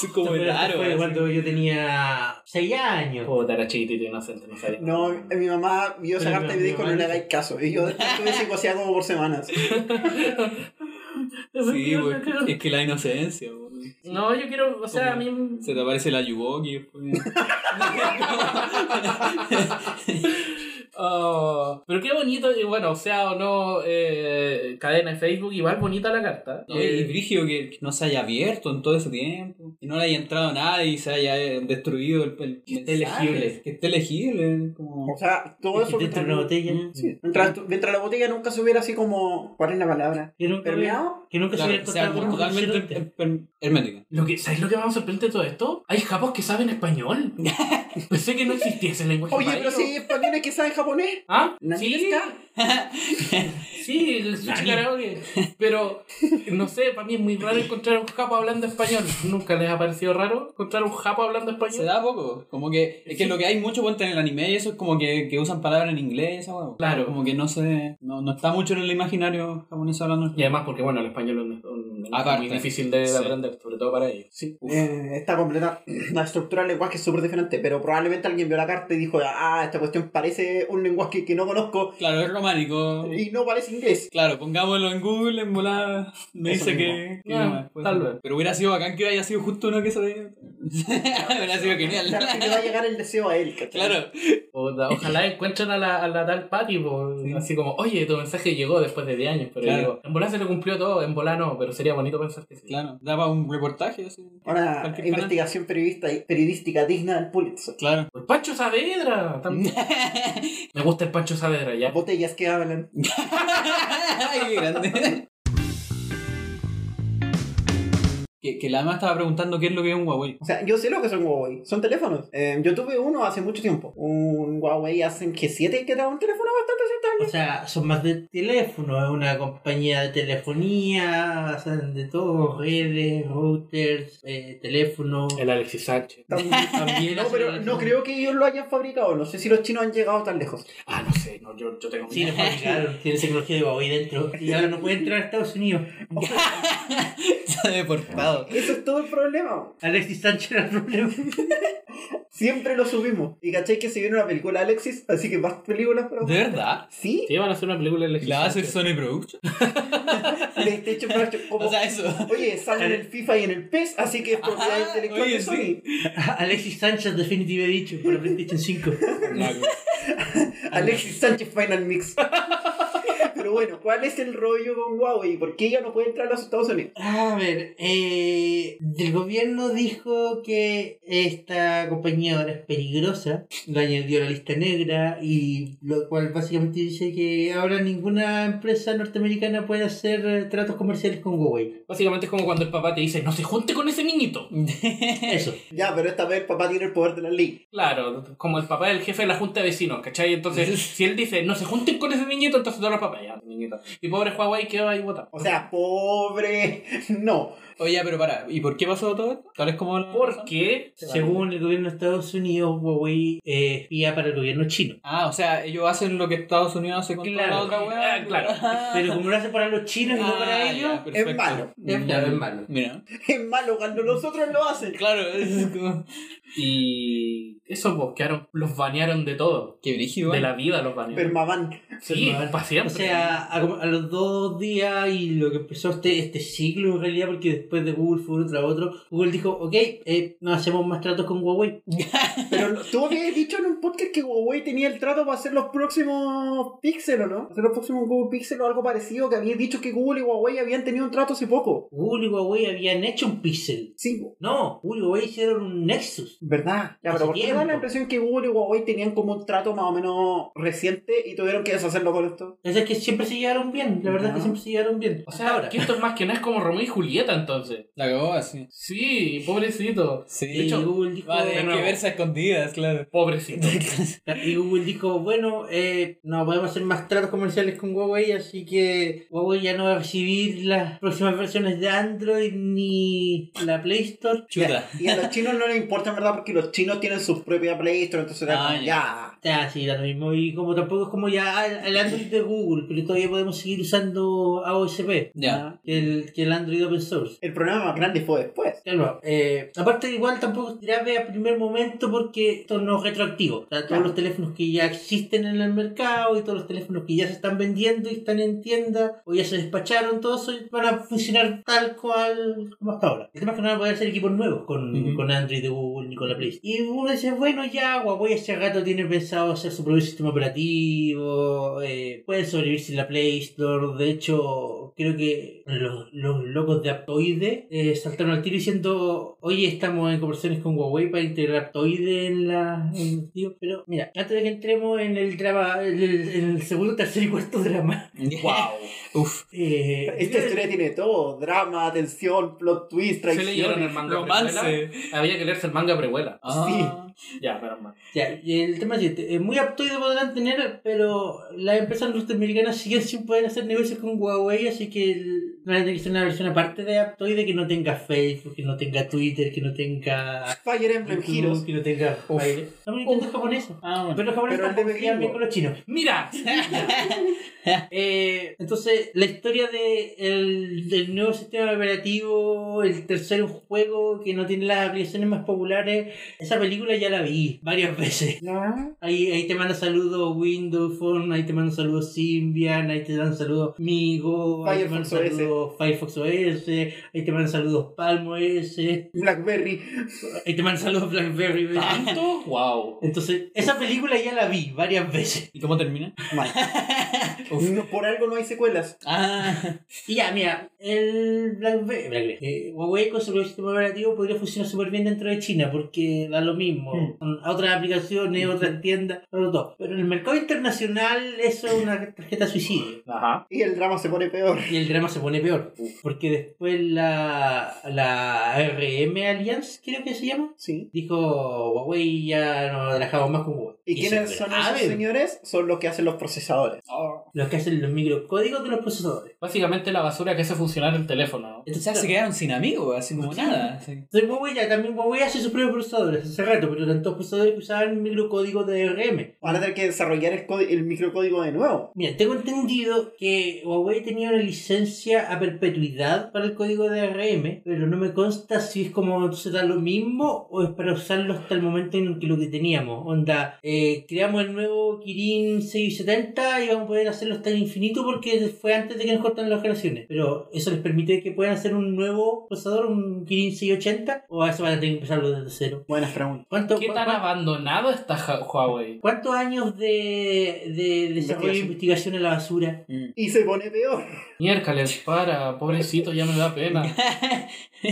B: Es como
D: Pero esto
B: raro.
D: fue
B: así.
D: cuando yo tenía 6 años.
C: Puta, era chiquitito y inocente, no sabía.
A: No, mi mamá vio esa
D: Pero
A: carta y
D: mi-
A: me
D: mi
A: dijo
D: mamá
A: no le
D: dice-
A: hagáis caso. Y yo después estuve psicoseada como por semanas.
B: Sí, güey. Es que la inocencia, güey.
C: No, yo quiero, o sea, a mí...
B: Se te aparece la Yuboki. después.
C: Oh, pero qué bonito, y bueno, o sea o no, eh, cadena de Facebook, igual bonita la carta.
B: No, y-
C: Eh,
B: y brígido que no se haya abierto en todo ese tiempo, que no le haya entrado nadie y se haya eh, destruido el, el
C: Que esté
B: mensaje,
C: legible.
B: que esté legible, como
A: O sea, todo eso...
D: dentro de una botella.
A: Sí. Mientras, mientras la botella nunca se hubiera así como. ¿Cuál es la palabra?
D: Que nunca, hubiera-
A: ¿Permeado?
D: que nunca se
B: Claro,
D: hubiera
B: o sea,
D: encontrado
B: como
D: con un
B: totalmente
D: rinoceronte.
B: her- her- hermética.
C: Lo que, ¿Sabes lo que más me sorprende de todo esto? Hay japos que saben español. Pensé que no existiese el lenguaje
A: Oye,
C: para
A: pero
C: ellos.
A: si hay españoles que saben japonés.
C: ¿Ah?
A: ¿Sí?
C: ¿Sí? Sí, el sushi karaoke. Pero, no sé, para mí es muy raro encontrar un japo hablando español. ¿Nunca les ha parecido raro encontrar un japo hablando
B: Se
C: español?
B: da poco, como que es que lo que hay mucho cuenta en el anime y eso es como que, que usan palabras en inglés, esa hueá.
C: Claro.
B: como que no se no, no está mucho en el imaginario japonés hablando.
C: Y además porque, bueno, el español es un- un- un-
B: Aparte.
C: muy difícil de
B: Sí.
C: aprender, sobre todo para ellos.
A: Sí. Eh, está completa. La estructura del lenguaje es súper diferente. Pero probablemente alguien vio la carta y dijo: Ah, esta cuestión parece un lenguaje que no conozco
B: Claro, es románico.
A: y no parece inglés.
B: Claro, pongámoslo en Google, en volada, me
A: Eso
B: dice
A: mismo.
B: que... que
C: Ah,
B: no, pues,
C: tal vez.
B: Pero hubiera sido bacán que haya sido justo uno que se veía. hubiera sido
A: O sea, que
B: genial.
A: le va a llegar el deseo a él, ¿cachai?
B: Claro,
C: Puta, ojalá encuentren a la, a la tal Patty, po, así como, oye, tu mensaje llegó después de 10 años, pero
B: Claro.
C: llegó. En volar se lo cumplió todo, en volar no, pero sería bonito pensar que sí.
B: claro. Daba un reportaje así.
A: Una
B: Cualquier
A: investigación periodista, periodística digna del Pulitzer.
B: Claro.
C: Pues Pancho Saavedra, también. Me gusta el Pancho Saavedra, ya.
A: Botellas que hablan.
B: Ay, qué grande. Que, que la dama estaba preguntando qué es lo que es un Huawei.
A: O sea, yo sé lo que son Huawei. Son teléfonos. Eh, yo tuve uno hace mucho tiempo. Un Huawei hace que 7 que era un teléfono bastante aceptable.
D: O sea, son más de teléfono, es una compañía de telefonía, hacen de todo, redes, routers, eh, teléfono.
C: El Alexis Sánchez.
A: También-
D: También
A: No,
D: hacen
A: pero
D: el-
A: no creo que ellos lo hayan fabricado. No sé si los chinos han llegado tan lejos.
C: Ah, no sé, no, yo, yo tengo
D: Sí,
C: miedo.
D: lo fabricaron, tiene tecnología de Huawei dentro y ahora no puede entrar a Estados Unidos.
B: Está deportado.
A: Eso es todo el problema.
D: Alexis Sánchez era el problema.
A: Siempre lo subimos. Y caché que se viene una película de Alexis, así que más películas para
B: ¿De verdad?
A: Sí,
C: Sí, van a hacer una película de Alexis
B: ¿La va a hacer
C: Sánchez.
B: Sony Production?
A: PlayStation Production. Como,
B: O sea, eso.
A: oye, sale en el FIFA y en el PES, así que es propiedad
B: Ajá,
A: intelectual
B: oye,
A: de Sony.
D: Alexis Sánchez Definitive Edition para PlayStation 5.
A: Alexis Sánchez Final Mix. Pero bueno, ¿cuál es el rollo con Huawei? ¿Por qué ella no puede entrar a los Estados Unidos?
D: A ver, eh, el gobierno dijo que esta compañía ahora es peligrosa, lo añadió a la lista negra y lo cual básicamente dice que ahora ninguna empresa norteamericana puede hacer eh, tratos comerciales con Huawei.
C: Básicamente es como cuando el papá te dice, no se junte con ese niñito.
D: Eso.
A: Ya, pero esta vez el papá tiene el poder de la ley.
C: Claro, como el papá del jefe de la junta de vecinos, ¿cachai? Entonces, si él dice, no se junten con ese niñito, entonces todos los papás, ya, niñito. Y pobre Huawei quedó ahí botado.
A: O sea, pobre. No.
B: Oye, pero para, ¿y por qué pasó todo esto? Tal es como la razón?
C: Porque,
D: Según el gobierno de Estados Unidos, Huawei es espía para el gobierno chino.
B: Ah, o sea, ellos hacen lo que Estados Unidos hace con toda la
D: Claro.
B: otra weá. pues.
C: Ah, claro.
D: Pero como lo hace para los chinos y
B: Ah,
D: no para ellos,
A: Es malo.
D: es
B: claro,
D: malo,
B: es
D: es
B: malo. Mira.
A: Es malo cuando los otros lo hacen.
B: Claro, es como...
C: Y eso, pues, quedaron, los banearon de todo.
B: Qué brígido.
C: De
B: ¿eh?
C: la vida los banearon.
A: Permamán.
C: Sí,
D: Pero-
C: para siempre.
D: O sea, a, como- a los dos días y lo que empezó este, este ciclo en realidad, porque después de Google fue uno tras otro, Google dijo, ok, eh, no hacemos más tratos con Huawei.
A: Pero lo- tú habías dicho en un podcast que Huawei tenía el trato para hacer los próximos Pixel, ¿o no? Hacer los próximos Google Pixel o algo parecido, que habías dicho que Google y Huawei habían tenido un trato hace poco.
D: Google y Huawei habían hecho un Pixel.
A: Sí,
D: No, Google y Huawei hicieron un Nexus.
A: ¿verdad? Ya,
D: Hace
A: pero ¿por qué me da
D: tiempo.
A: la impresión que Google y Huawei tenían como un trato más o menos reciente y tuvieron que deshacerlo con esto?
D: O sea, es que siempre se llevaron bien, la verdad es
A: No.
D: que siempre se llevaron bien.
C: O sea, que esto es más que nada es como Romeo y Julieta, entonces.
B: La cagó así.
C: Sí, pobrecito.
B: Sí.
D: y
C: hecho,
D: Google dijo, eh,
B: Va a tener
C: de
B: que
C: nuevo.
B: verse a escondidas, claro.
C: Pobrecito.
D: y Google dijo, bueno, eh, no podemos hacer más tratos comerciales con Huawei, así que Huawei ya no va a recibir las próximas versiones de Android ni la Play Store.
B: Chuta.
A: Y a los chinos no les importa, en ¿verdad? Porque los chinos tienen sus propias Play Store, entonces era
B: Ah,
A: como,
B: ya.
A: ya.
D: Ah, sí, da lo mismo. Y como tampoco es como ya ah, el Android de Google, pero todavía podemos seguir usando AOSP,
B: Ya.
D: que el, que el Android Open Source.
A: El problema más grande fue después.
D: Claro, eh, aparte igual tampoco es grave a primer momento porque esto no es retroactivo. O sea, todos
A: Claro.
D: los teléfonos que ya existen en el mercado y todos los teléfonos que ya se están vendiendo y están en tienda o ya se despacharon, todos eso van a funcionar tal cual como hasta ahora. El tema es que no van a poder hacer equipos nuevos con,
B: Ujú.
D: con Android de Google ni con la Play. Store. Y uno dice, bueno ya, Huawei hace rato tiene pensado hacer su propio sistema operativo, eh, puede sobrevivir sin la Play Store, de hecho creo que los, los locos de Aptoide eh, saltaron al tiro diciendo, oye, estamos en conversaciones con Huawei para integrar Aptoide en la... en- digo, pero mira, antes de que entremos en el drama, en el, en el segundo, tercer y cuarto drama,
B: Wow. Uf.
D: eh,
A: Esta historia tiene todo: drama, tensión, plot twist,
C: Se leyeron
A: traición.
C: el manga
B: Romance.
C: precuela. Había que leerse el manga precuela.
B: Ah.
C: Ya, pero más.
D: Ya, y el tema es este, eh, muy aptoide podrán tener, pero las empresas norteamericanas siguen sin poder hacer negocios con Huawei, así que el- van a tener que hacer una versión aparte de aptoide que no tenga Facebook, que no tenga Twitter, que no tenga
A: Fire Emblem Heroes.
D: que no tenga
B: Uf.
D: Fire. Estamos Nintendo japonesa.
B: Ah, bueno.
D: Pero los japoneses
A: Pero el de
D: tampoco se llevan bien
A: Gringo.
D: con los chinos.
C: ¡Mira!
D: Eh, entonces, la historia de el- del nuevo sistema operativo, el tercer juego que no tiene las aplicaciones más populares, esa película ya la vi varias veces.
A: ¿No?
D: Ahí, ahí te mando saludos Windows Phone, ahí te mando saludos Symbian, ahí te dan saludos Migo, ahí te mando
A: Firefox OS.
D: saludos Firefox OS, ahí te mando saludos Palm OS, ahí
A: Blackberry.
D: te mando saludos BlackBerry. ¿ves?
C: ¿Tanto? ¡Wow!
D: Entonces, esa película ya la vi varias veces.
B: ¿Y cómo termina?
A: Mal. No, por algo no hay secuelas.
B: Ah.
D: Y ya, mira, el BlackBerry, Blackberry, eh, Huawei con su propio sistema operativo podría funcionar súper bien dentro de China porque da lo mismo. A otras aplicaciones, otras tiendas, todo, todo. Pero en el mercado internacional eso es una tarjeta suicidio.
C: Ajá.
A: Y el drama se pone peor.
D: Y el drama se pone peor. Porque después la, la RM Alliance, creo que se llama,
A: Sí.
D: dijo Huawei ya no trabajamos más con Huawei.
A: ¿Y
D: eso
A: quiénes
D: es
A: son
D: grave.
A: esos señores? Son los que hacen los procesadores.
B: Oh.
D: Los que hacen los microcódigos de los procesadores.
C: Básicamente la basura que hace funcionar el teléfono. ¿no?
B: O sea, se quedaron sin amigos, así como nada. así.
D: Entonces Huawei ya también Huawei hace sus propios procesadores hace rato, pero tantos procesadores que usaban microcódigos de RM.
A: Van a tener que desarrollar el, códi- el microcódigo de nuevo.
D: Mira, tengo entendido que Huawei tenía una licencia a perpetuidad para el código de RM, pero no me consta si es como se da lo mismo o es para usarlo hasta el momento en que lo que teníamos. Onda, eh, creamos el nuevo Kirin 670 y vamos a poder hacer hacerlo hasta el infinito porque fue antes de que nos cortaran las generaciones. Pero eso les permite que puedan hacer un nuevo procesador, un 1580, o a eso van a tener que empezarlo desde cero.
A: Buenas preguntas.
D: ¿Cuánto,
C: ¿Qué
D: cua-
C: tan
D: cua-
C: abandonado está Ja- Huawei?
D: ¿Cuántos años de, de desarrollo
A: Investigación.
D: e investigación en la basura?
A: Y se pone peor.
C: Miércoles, para, pobrecito, ya me da pena.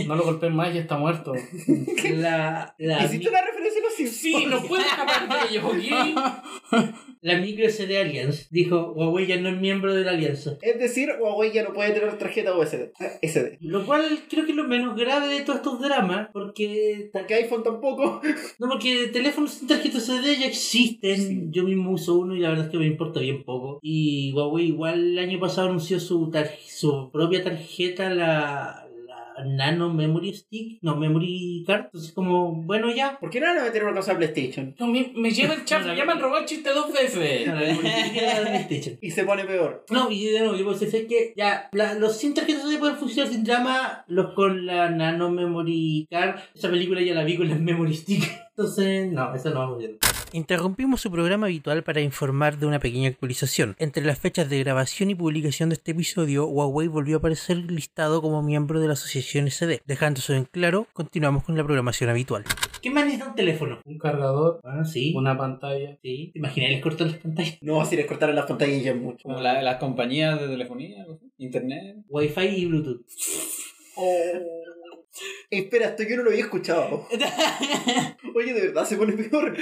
C: No lo golpeen más, ya está muerto.
D: La, la,
A: ¿Hiciste una referencia a los Simpsons?
C: Sí, no puedo escapar de ellos, ¿ok?
D: la micro SD Alliance dijo, Huawei ya no es miembro de la alianza.
A: Es decir, Huawei ya no puede tener tarjeta USB. Eh, SD.
D: Lo cual creo que es lo menos grave de todos estos dramas, porque
A: Porque iPhone tampoco.
D: No, porque teléfonos sin tarjeta CD ya existen.
A: Sí.
D: Yo mismo uso uno y la verdad es que me importa bien poco. Y Huawei igual el año pasado anunció su, tar- su propia tarjeta, la, la Nano Memory Stick, no Memory Card. Entonces como, bueno ya.
A: ¿Por qué no van a meter una cosa a PlayStation?
C: No, me, me lleva el chat, ya me han robado el chiste dos veces.
D: La Memory Stick era la PlayStation.
A: Y se pone peor.
D: No, y de nuevo, yo pues, sé que ya la- los sin tarjetas CD pueden funcionar sin drama, los con la Nano Memory Card. Esa película ya la vi con la Memory Stick. Entonces, no, eso no vamos bien. Interrumpimos su programa habitual para informar de una pequeña actualización. Entre las fechas de grabación y publicación de este episodio, Huawei volvió a aparecer listado como miembro de la asociación SD. Dejando eso en claro, continuamos con la programación habitual. ¿Qué más necesita un teléfono?
C: Un cargador,
D: Ah, sí.
C: una pantalla.
D: Sí. ¿Te imaginas les cortan las pantallas?
A: No, si les cortaron las pantallas ya es mucho.
B: Como la- las compañías de telefonía, algo así, internet.
D: Wi-Fi y Bluetooth.
A: Oh. Espera, esto yo no lo había escuchado. Oye, de verdad se pone peor.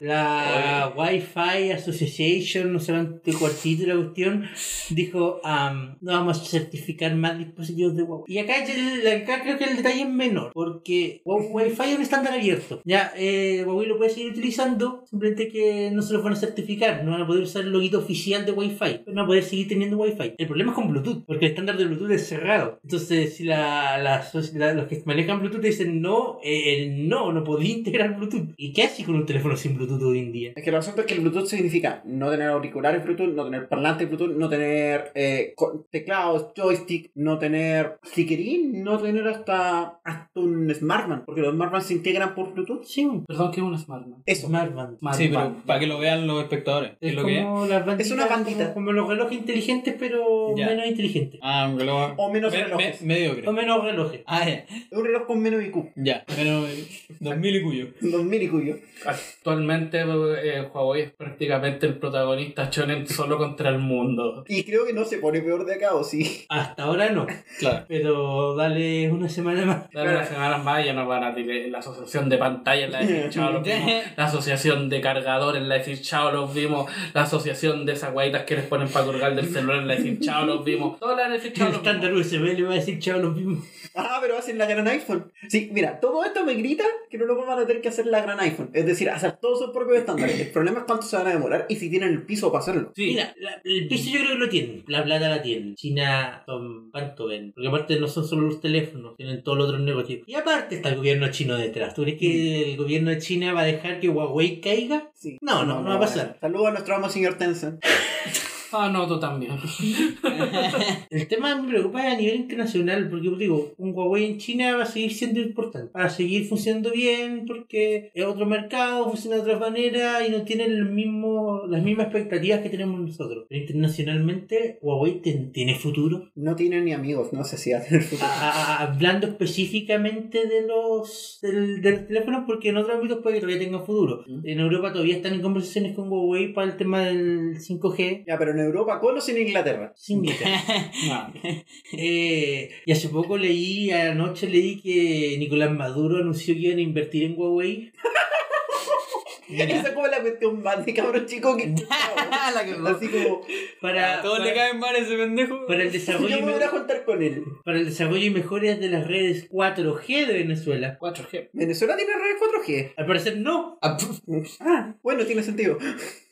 D: La Wi-Fi Association, no sé cuánto cuartito la cuestión, dijo, am, no vamos a certificar más dispositivos de Huawei. Y acá, es el- acá creo que el detalle es menor, porque Wa- Wi-Fi es un estándar abierto. Ya, eh, Huawei lo puede seguir utilizando, simplemente que no se lo van a certificar, no van a poder usar el loguito oficial de Wi-Fi, pero van a poder seguir teniendo Wi-Fi. El problema es con Bluetooth, porque el estándar de Bluetooth es cerrado. Entonces, si la, la soci- la- los que manejan Bluetooth dicen, no, eh, no, no podía integrar Bluetooth. ¿Y qué haces con un teléfono sin Bluetooth hoy en día?
A: Es que el asunto es que el Bluetooth significa no tener auriculares Bluetooth, no tener parlante Bluetooth, no tener eh, co- teclados, joystick, no tener si querís, no tener hasta, hasta un smartphone, porque los smartphones se integran por Bluetooth.
D: Sí,
C: Perdón, que es una Smartman.
A: Eso.
D: smartband.
B: Sí, pero para que lo vean los espectadores. ¿Qué
D: Ah, Es
B: es lo que es?
D: como las banditas,
A: Es una bandita.
D: Como, como los relojes inteligentes, pero
B: Ya.
D: menos inteligentes.
B: Ah, un reloj.
A: O menos
B: me-
A: relojes.
B: me- mediocre.
D: O menos relojes.
B: Ah, ya.
A: Un reloj con menos IQ.
B: Ya. Menos. eh, 2000 y cuyo.
A: 2000 IQ yo.
C: Actualmente eh, Huawei es prácticamente el protagonista shonen solo contra el mundo.
A: Y creo que no se pone peor de acá, ¿o sí?
D: Hasta ahora no.
B: Claro.
D: Pero dale una semana más.
C: Dale unas semanas más y ya nos van a tirar la asociación de pantallas, la de chao, los vimos. La asociación de cargadores, la de decir chao, los vimos. La asociación de esas guaitas que les ponen para colgar del celular, la de decir chao, los vimos. Todas las de decir chao,
D: El
C: los vimos.
D: estándar USB le va a decir chao los mismos.
A: Ah, pero hacen la gran iPhone. Sí, mira, todo esto me grita que no lo van a tener que hacer la gran iPhone. Es decir, hacer todos sus propios estándares. El problema es cuánto se van a demorar y si tienen el piso para hacerlo.
C: Sí,
D: Mira, la- el piso yo creo que lo tienen. La plata la tienen. China, son cuánto ven. Porque aparte no son solo los teléfonos, tienen todos los otros negocios. Y aparte está el gobierno chino detrás. ¿Tú crees que el gobierno de China va a dejar que Huawei caiga?
A: Sí.
D: No, no, no va a pasar.
A: Saludos a nuestro amo señor Tencent.
C: ah, no, tú también.
D: El tema me preocupa a nivel internacional, porque yo digo, un Huawei en China va a seguir siendo importante, va a seguir funcionando bien, porque es otro mercado, funciona de otra manera y no tienen el mismo, las mismas expectativas que tenemos nosotros. Pero internacionalmente, Huawei ten- tiene futuro.
A: No tiene ni amigos, no sé si va a tener futuro.
D: A- a- hablando específicamente de los del, del teléfono, porque en otros ámbitos puede que todavía tenga futuro. En Europa todavía están en conversaciones con Huawei para el tema del 5G.
A: Ya, pero en Europa, ¿cuándo sin Inglaterra?
D: Sin mica.
C: No.
D: Eh, y hace poco leí, anoche leí que Nicolás Maduro anunció que iban a invertir en Huawei.
A: Esa es como la cuestión más de cabrón chico que...
B: Ah, la que
A: Así como,
D: Para,
B: Todos le
D: para,
B: caen mal a ese pendejo.
D: para el
A: yo
D: desarrollo y
A: me
D: me-
A: voy a juntar con él.
D: para el desarrollo y mejoras de las redes 4G de Venezuela.
C: 4G.
A: Venezuela tiene redes
D: Al parecer no.
B: Ah, pf,
A: 4G. Ah, bueno, tiene sentido.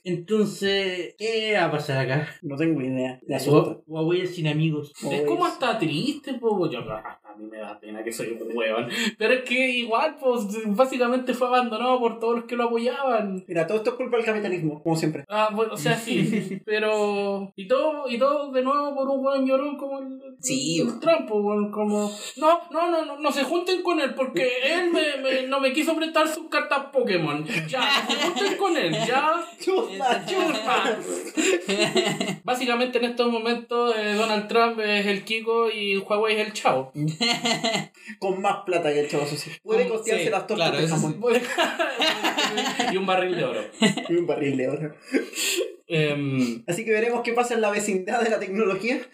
D: Entonces, ¿qué va a pasar acá?
A: No tengo idea. Me asusta.
D: Huawei es sin amigos.
A: Oh,
C: es como
A: es-
C: hasta triste, po. Yo hasta mí me da pena que soy un hueón. Pero es que igual, pues, básicamente fue abandonado por todos los que lo apoyaban.
A: Mira, todo esto es culpa del capitalismo, como siempre.
C: Ah, bueno, o sea, sí. Pero. Y todo, y todo de nuevo por un buen llorón como el.
G: Sí,
C: el
G: weón.
C: Trump, weón, como. No, no, no, no, no se junten con él porque él me, me- no me quiso prestar sus cartas Pokémon. Ya, no se junten con él, ya.
A: Chuta,
C: Chupa. Básicamente en estos momentos eh, Donald Trump es el Kiko y Huawei es el Chavo.
A: Con más plata que el chavo sucio. Puede
C: Con-
A: costearse
C: sí,
A: las tortas
B: claro,
A: de
B: eso
A: jamón
C: y un barril de oro.
A: y un barril de oro.
C: Em,
A: Así que veremos qué pasa en la vecindad de la tecnología.